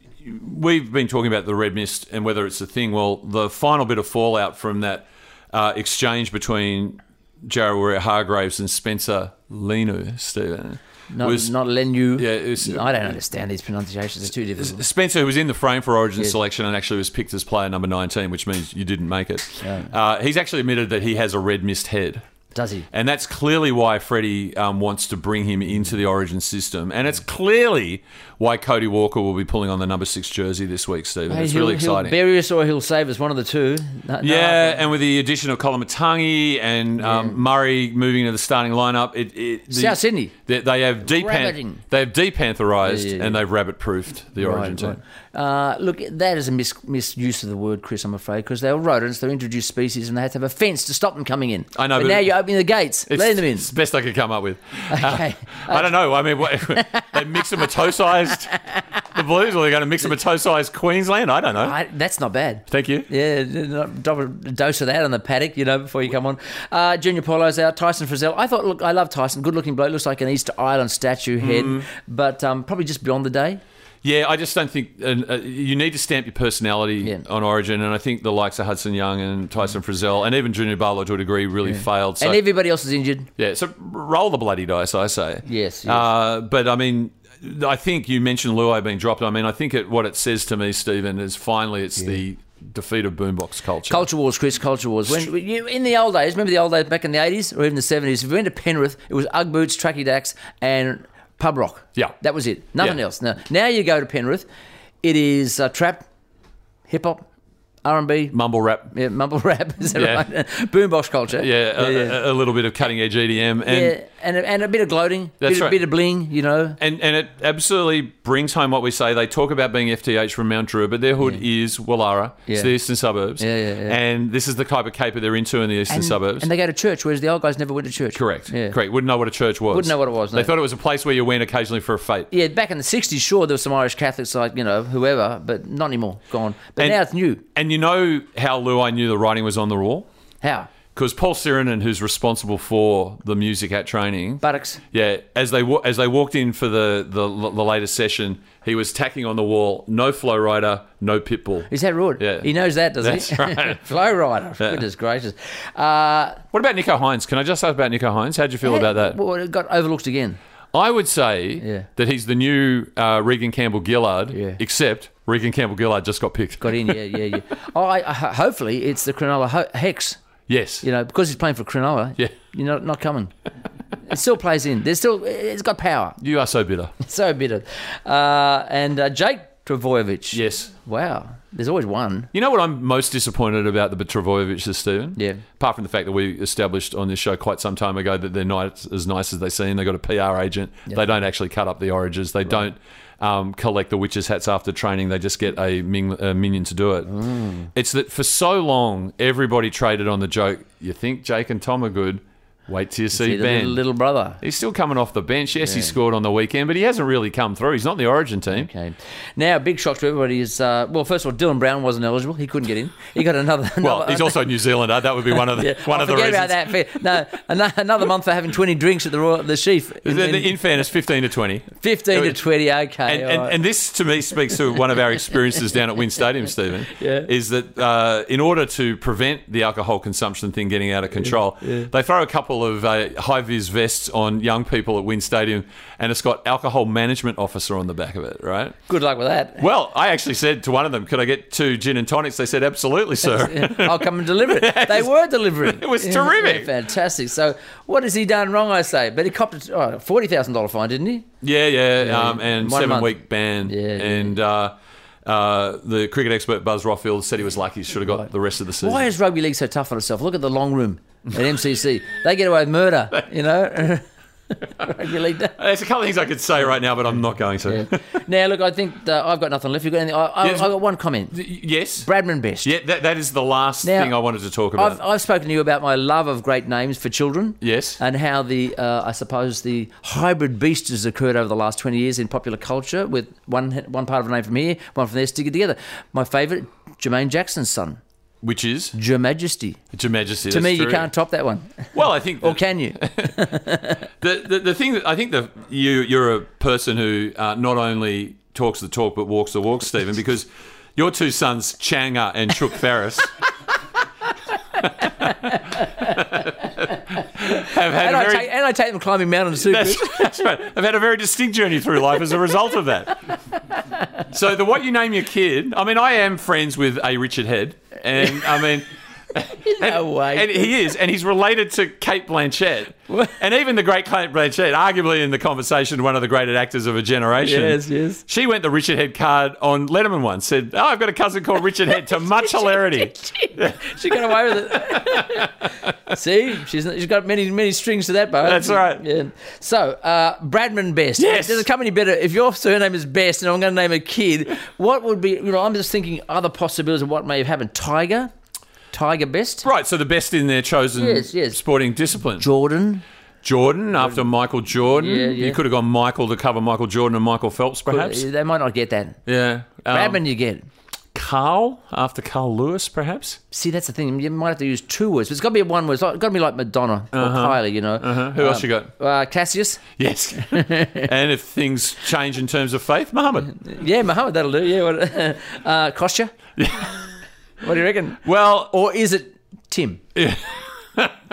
[SPEAKER 6] we've been talking about the red mist and whether it's a thing. Well, the final bit of fallout from that uh, exchange between Jared Hargraves and Spencer Lenu, Stephen.
[SPEAKER 5] Not,
[SPEAKER 6] was-
[SPEAKER 5] not Lenu.
[SPEAKER 6] Yeah, it was-
[SPEAKER 5] I don't understand these pronunciations. It's too difficult.
[SPEAKER 6] Spencer, who was in the frame for Origin
[SPEAKER 5] Yes.
[SPEAKER 6] selection and actually was picked as player number 19, which means you didn't make it.
[SPEAKER 5] Yeah.
[SPEAKER 6] Uh, he's actually admitted that he has a red mist head.
[SPEAKER 5] Does he?
[SPEAKER 6] And that's clearly why Freddie um, wants to bring him into the Origin system. And it's clearly why Cody Walker will be pulling on the number six jersey this week, Stephen.
[SPEAKER 5] Hey,
[SPEAKER 6] It's
[SPEAKER 5] he'll-
[SPEAKER 6] really
[SPEAKER 5] he'll
[SPEAKER 6] exciting.
[SPEAKER 5] bury us or he'll save us. One of the two. No- no,
[SPEAKER 6] yeah, and with the addition of Colin Matangi and um, Murray moving into the starting lineup, it, it the,
[SPEAKER 5] South Sydney.
[SPEAKER 6] they, they have deep
[SPEAKER 5] Rabbiting.
[SPEAKER 6] they have depantherized
[SPEAKER 5] Yeah, yeah, yeah.
[SPEAKER 6] and they've rabbit proofed the Origin team.
[SPEAKER 5] right. Uh, look, that is a mis- misuse of the word, Chris, I'm afraid, because they're rodents, they're introduced species, and they have to have a fence to stop them coming in.
[SPEAKER 6] I know,
[SPEAKER 5] But,
[SPEAKER 6] but-
[SPEAKER 5] now you're opening the gates,
[SPEAKER 6] It's,
[SPEAKER 5] letting them in.
[SPEAKER 6] it's the best I could come up with.
[SPEAKER 5] Okay.
[SPEAKER 6] Uh, I don't know. I mean, what, they mix them sized the Blues, or they're going to mix them sized Queensland? I don't know.
[SPEAKER 5] I, that's not bad.
[SPEAKER 6] Thank you.
[SPEAKER 5] Yeah, not- drop a dose of that on the paddock, you know, before you come on. Uh, Junior Polo's out. Tyson Frizzell. I thought, look, I love Tyson. Good looking bloke. Looks like an Easter Island statue head,
[SPEAKER 6] Mm.
[SPEAKER 5] but um, probably just beyond the day.
[SPEAKER 6] Yeah, I just don't think and, uh, you need to stamp your personality on Origin, and I think the likes of Hudson Young and Tyson Frizzell and even Junior Barlow to a degree really
[SPEAKER 5] Yeah.
[SPEAKER 6] failed. So,
[SPEAKER 5] and everybody else is injured.
[SPEAKER 6] yeah, so roll the bloody dice, I say.
[SPEAKER 5] Yes. yes.
[SPEAKER 6] Uh, but I mean, I think you mentioned Luai being dropped. I mean, I think it, what it says to me, Stephen, is finally it's the defeat of boombox culture.
[SPEAKER 5] Culture wars, Chris. Culture wars. When you, in the old days, remember the old days back in the eighties or even the seventies? If you went to Penrith, it was UGG boots, tracky dacks, and pub rock.
[SPEAKER 6] Yeah,
[SPEAKER 5] that was it. Nothing
[SPEAKER 6] Yeah.
[SPEAKER 5] else. Now, now you go to Penrith, it is uh, trap, hip hop, R and B,
[SPEAKER 6] mumble rap,
[SPEAKER 5] yeah, mumble rap, is that
[SPEAKER 6] Yeah.
[SPEAKER 5] right? Boombox culture.
[SPEAKER 6] Yeah, uh, a, a- a little bit of cutting edge EDM, and
[SPEAKER 5] yeah, and a, and a bit of gloating,
[SPEAKER 6] That's
[SPEAKER 5] bit, of-
[SPEAKER 6] right.
[SPEAKER 5] bit of bling, you know.
[SPEAKER 6] and and it absolutely brings home what we say. They talk about being FTH from Mount Druitt, but their hood is Wallara.
[SPEAKER 5] Yeah.
[SPEAKER 6] It's the eastern suburbs.
[SPEAKER 5] Yeah, yeah, yeah.
[SPEAKER 6] And this is the type of caper they're into in the eastern
[SPEAKER 5] And,
[SPEAKER 6] suburbs.
[SPEAKER 5] and they go to church, whereas the old guys never went to church.
[SPEAKER 6] Correct. Correct. Wouldn't know what a church was.
[SPEAKER 5] Wouldn't know what it was, no.
[SPEAKER 6] They thought it was a place where you went occasionally for a fete.
[SPEAKER 5] Yeah, back in the '60s, sure, there were some Irish Catholics, like you know, whoever, but not anymore. Gone. But now it's new.
[SPEAKER 6] And you know how Lou I knew the writing was on the wall?
[SPEAKER 5] How?
[SPEAKER 6] Because Paul Sirinen, who's responsible for the music at training,
[SPEAKER 5] buttocks.
[SPEAKER 6] Yeah, as they wa- as they walked in for the, the the latest session, he was tacking on the wall. No flow rider, no pitbull.
[SPEAKER 5] Is that right?
[SPEAKER 6] Yeah,
[SPEAKER 5] He knows that, doesn't
[SPEAKER 6] That's
[SPEAKER 5] he?
[SPEAKER 6] right.
[SPEAKER 5] Flow rider.
[SPEAKER 6] Yeah.
[SPEAKER 5] Goodness gracious. Uh,
[SPEAKER 6] What about Nico Hines? Can I just ask about Nico Hines? How'd you feel about that?
[SPEAKER 5] Well, it got overlooked again.
[SPEAKER 6] I would say that he's the new uh, Regan Campbell Gillard, except Regan Campbell Gillard just got picked.
[SPEAKER 5] Got in, yeah, yeah, yeah. oh, I, I, hopefully it's the Cronulla ho- Hex.
[SPEAKER 6] Yes.
[SPEAKER 5] You know, because he's playing for Cronulla. Yeah. You're not not coming. it still plays in. There's still it's got power.
[SPEAKER 6] You are so bitter.
[SPEAKER 5] so bitter. Uh, and uh, Jake Travojevic.
[SPEAKER 6] Yes.
[SPEAKER 5] Wow. There's always one.
[SPEAKER 6] You know what I'm most disappointed about the Travojeviches, Stephen? Yeah. Apart from the fact that we established on this show quite some time ago that they're not as nice as they seem. They've got a PR agent.
[SPEAKER 17] Yeah.
[SPEAKER 6] They don't actually cut up the oranges. They don't um, collect the witches' hats after training. They just get a, ming- a minion to do it.
[SPEAKER 5] Mm.
[SPEAKER 6] It's that for so long, everybody traded on the joke you think Jake and Tom are good. Wait till you see,
[SPEAKER 5] See the
[SPEAKER 6] Ben.
[SPEAKER 5] little, little brother.
[SPEAKER 6] He's still coming off the bench. Yes, he
[SPEAKER 5] Yeah.
[SPEAKER 6] scored on the weekend, but he hasn't really come through. He's not in the Origin team.
[SPEAKER 5] Okay. Now, big shock to everybody is uh, well, first of all, Dylan Brown wasn't eligible. He couldn't get in. He got another.
[SPEAKER 6] Well,
[SPEAKER 5] another-
[SPEAKER 6] he's also New Zealander. That would be one of the
[SPEAKER 5] Yeah.
[SPEAKER 6] one
[SPEAKER 5] Oh,
[SPEAKER 6] of the
[SPEAKER 5] forget about that.
[SPEAKER 6] reasons.
[SPEAKER 5] No, ano- another month for having twenty drinks at the Royal, the Sheaf. In,
[SPEAKER 6] In,
[SPEAKER 5] in
[SPEAKER 6] in fairness, 15 to 20.
[SPEAKER 5] fifteen to twenty. Okay.
[SPEAKER 6] And,
[SPEAKER 5] all
[SPEAKER 6] and,
[SPEAKER 5] right.
[SPEAKER 6] and this, to me, speaks to one of our experiences down at Wynn Stadium, Stephen.
[SPEAKER 5] Yeah.
[SPEAKER 6] Is that uh, in order to prevent the alcohol consumption thing getting out of control,
[SPEAKER 17] yeah.
[SPEAKER 6] they throw a couple of uh, high vis vests on young people at Wynn Stadium, and it's got alcohol management officer on the back of it, right?
[SPEAKER 5] Good luck with that.
[SPEAKER 6] Well, I actually said to one of them, "Could I get two gin and tonics?" They said, "Absolutely, sir."
[SPEAKER 5] I'll come and deliver it. They were delivering.
[SPEAKER 6] It was
[SPEAKER 5] Yeah,
[SPEAKER 6] terrific.
[SPEAKER 5] yeah, fantastic. So, what has he done wrong? I say, but he copped a oh, forty thousand dollar fine, didn't he?
[SPEAKER 6] Yeah, yeah,
[SPEAKER 5] Yeah,
[SPEAKER 6] um, and
[SPEAKER 5] one
[SPEAKER 6] seven
[SPEAKER 5] month.
[SPEAKER 6] week ban. Yeah, and Uh, uh, the cricket expert Buzz Rothfield said he was lucky; he should have got the rest of the season.
[SPEAKER 5] Why is rugby league so tough on itself? Look at the long room at MCC. they get away with murder, you know. rugby league. don't.
[SPEAKER 6] There's Uh, a couple of things I could say right now, but I'm not going to.
[SPEAKER 5] Now, look, I think uh, I've got nothing left. You got anything? I, I,
[SPEAKER 6] Yes.
[SPEAKER 5] I got one comment.
[SPEAKER 6] yes,
[SPEAKER 5] Bradman best.
[SPEAKER 6] Yeah, that, that is the last
[SPEAKER 5] Now,
[SPEAKER 6] thing I wanted to talk about.
[SPEAKER 5] I've, I've spoken to you about my love of great names for children.
[SPEAKER 6] Yes.
[SPEAKER 5] And how the, uh, I suppose, the hybrid beast has occurred over the last 20 years in popular culture with one, one part of a name from here, one from there, sticking together. My favourite, Jermaine Jackson's son.
[SPEAKER 6] Which is?
[SPEAKER 5] Your Majesty.
[SPEAKER 6] Your Majesty.
[SPEAKER 5] to
[SPEAKER 6] that's
[SPEAKER 5] me,
[SPEAKER 6] true.
[SPEAKER 5] you can't top that one.
[SPEAKER 6] Well, I think.
[SPEAKER 5] or can you?
[SPEAKER 6] the, the the thing that I think that you you're a person who uh, not only talks the talk but walks the walk, Stephen, because your two sons, Changa and Chook Ferris. have had
[SPEAKER 5] and,
[SPEAKER 6] a
[SPEAKER 5] I
[SPEAKER 6] very
[SPEAKER 5] take, and I take them climbing mountains too.
[SPEAKER 6] That's,
[SPEAKER 5] Chris.
[SPEAKER 6] that's right. I've had a very distinct journey through life as a result of that. So the what you name your kid. I mean, I am friends with a Richard Head, and I mean.
[SPEAKER 5] No way.
[SPEAKER 6] And he is, and he's related to Kate Blanchett, and even the great Kate Blanchett, arguably in the conversation, one of the greatest actors of a generation.
[SPEAKER 5] Yes, yes.
[SPEAKER 6] She went the Richard Head card on Letterman once. Said, "Oh, I've got a cousin called Richard Head." To much hilarity.
[SPEAKER 5] she got away with it. See, she's, she's got many many strings to that bow. Mm,
[SPEAKER 6] That's right.
[SPEAKER 5] Yeah. So, uh, Bradman Best.
[SPEAKER 6] Yes.
[SPEAKER 5] Does it come any better? If your surname is Best, and I'm going to name a kid, what would be? You know, I'm just thinking other possibilities of what may have happened. Tiger, Tiger Best.
[SPEAKER 6] Right, so the best in their chosen
[SPEAKER 5] Yes, yes.
[SPEAKER 6] sporting discipline.
[SPEAKER 5] Jordan.
[SPEAKER 6] Jordan, after Michael Jordan.
[SPEAKER 5] Yeah, yeah.
[SPEAKER 6] You could have gone Michael to cover Michael Jordan and Michael Phelps, perhaps.
[SPEAKER 5] They might not get that.
[SPEAKER 6] Yeah. Um,
[SPEAKER 5] Bradman, you get.
[SPEAKER 6] Carl after Carl Lewis, perhaps.
[SPEAKER 5] See, that's the thing. You might have to use two words. But it's got to be a one word. It's got to be like Madonna or
[SPEAKER 6] Uh-huh.
[SPEAKER 5] Kylie. You know.
[SPEAKER 6] Uh-huh. Who else you got?
[SPEAKER 5] Uh, Cassius.
[SPEAKER 6] Yes. and if things change in terms of faith, Muhammad.
[SPEAKER 5] Yeah, Muhammad, that'll do. Yeah, what, uh, Kostya. what do you reckon?
[SPEAKER 6] Well,
[SPEAKER 5] or is it Tim?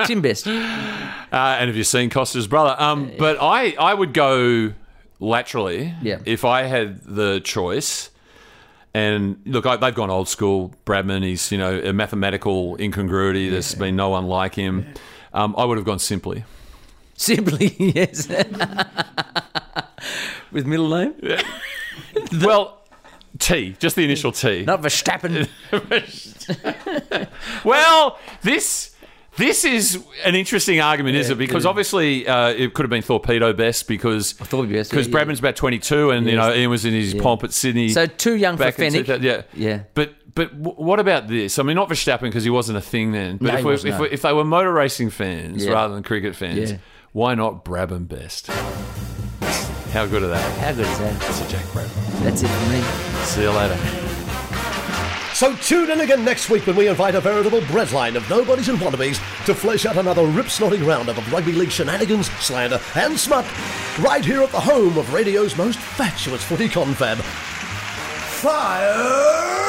[SPEAKER 5] Tim Best.
[SPEAKER 6] Uh, and have you seen Costa's brother? Um, But I, I would go laterally
[SPEAKER 5] Yeah.
[SPEAKER 6] if I had the choice. And look, I, they've gone old school. Bradman, he's you know a mathematical incongruity. There's been no one like him. Um, I would have gone simply.
[SPEAKER 5] Simply, yes. With middle name?
[SPEAKER 6] well, T, just
[SPEAKER 5] Hmm.
[SPEAKER 6] the initial T. Not
[SPEAKER 5] Verstappen.
[SPEAKER 6] well, this this is an interesting argument, is
[SPEAKER 5] Yeah,
[SPEAKER 6] it? Because
[SPEAKER 5] yeah.
[SPEAKER 6] obviously uh, it could have been Torpedo Best because because
[SPEAKER 5] yeah, yeah.
[SPEAKER 6] Bradman's about 22 and you
[SPEAKER 5] Yes.
[SPEAKER 6] know Ian was in his
[SPEAKER 5] Yeah.
[SPEAKER 6] pomp at Sydney.
[SPEAKER 5] So too young for
[SPEAKER 6] back in
[SPEAKER 5] Fennick.
[SPEAKER 6] 2000 Yeah,
[SPEAKER 5] Yeah.
[SPEAKER 6] But but w- what about this? I mean, not Verstappen because he wasn't a thing then. But
[SPEAKER 5] No,
[SPEAKER 6] if,
[SPEAKER 5] he
[SPEAKER 6] we
[SPEAKER 5] wasn't,
[SPEAKER 6] if,
[SPEAKER 5] no.
[SPEAKER 6] we if they were motor racing fans
[SPEAKER 5] Yeah.
[SPEAKER 6] rather than cricket fans,
[SPEAKER 5] Yeah.
[SPEAKER 6] why not Brabham Best? How good are that?
[SPEAKER 5] How good is that?
[SPEAKER 6] That's a Jack Brabham.
[SPEAKER 5] That's it for me.
[SPEAKER 6] See you later.
[SPEAKER 1] So tune in again next week when we invite a veritable breadline of nobodies and wannabes to flesh out another rip-snorting roundup of rugby league shenanigans, slander and smut right here at the home of radio's most fatuous footy confab. Fire!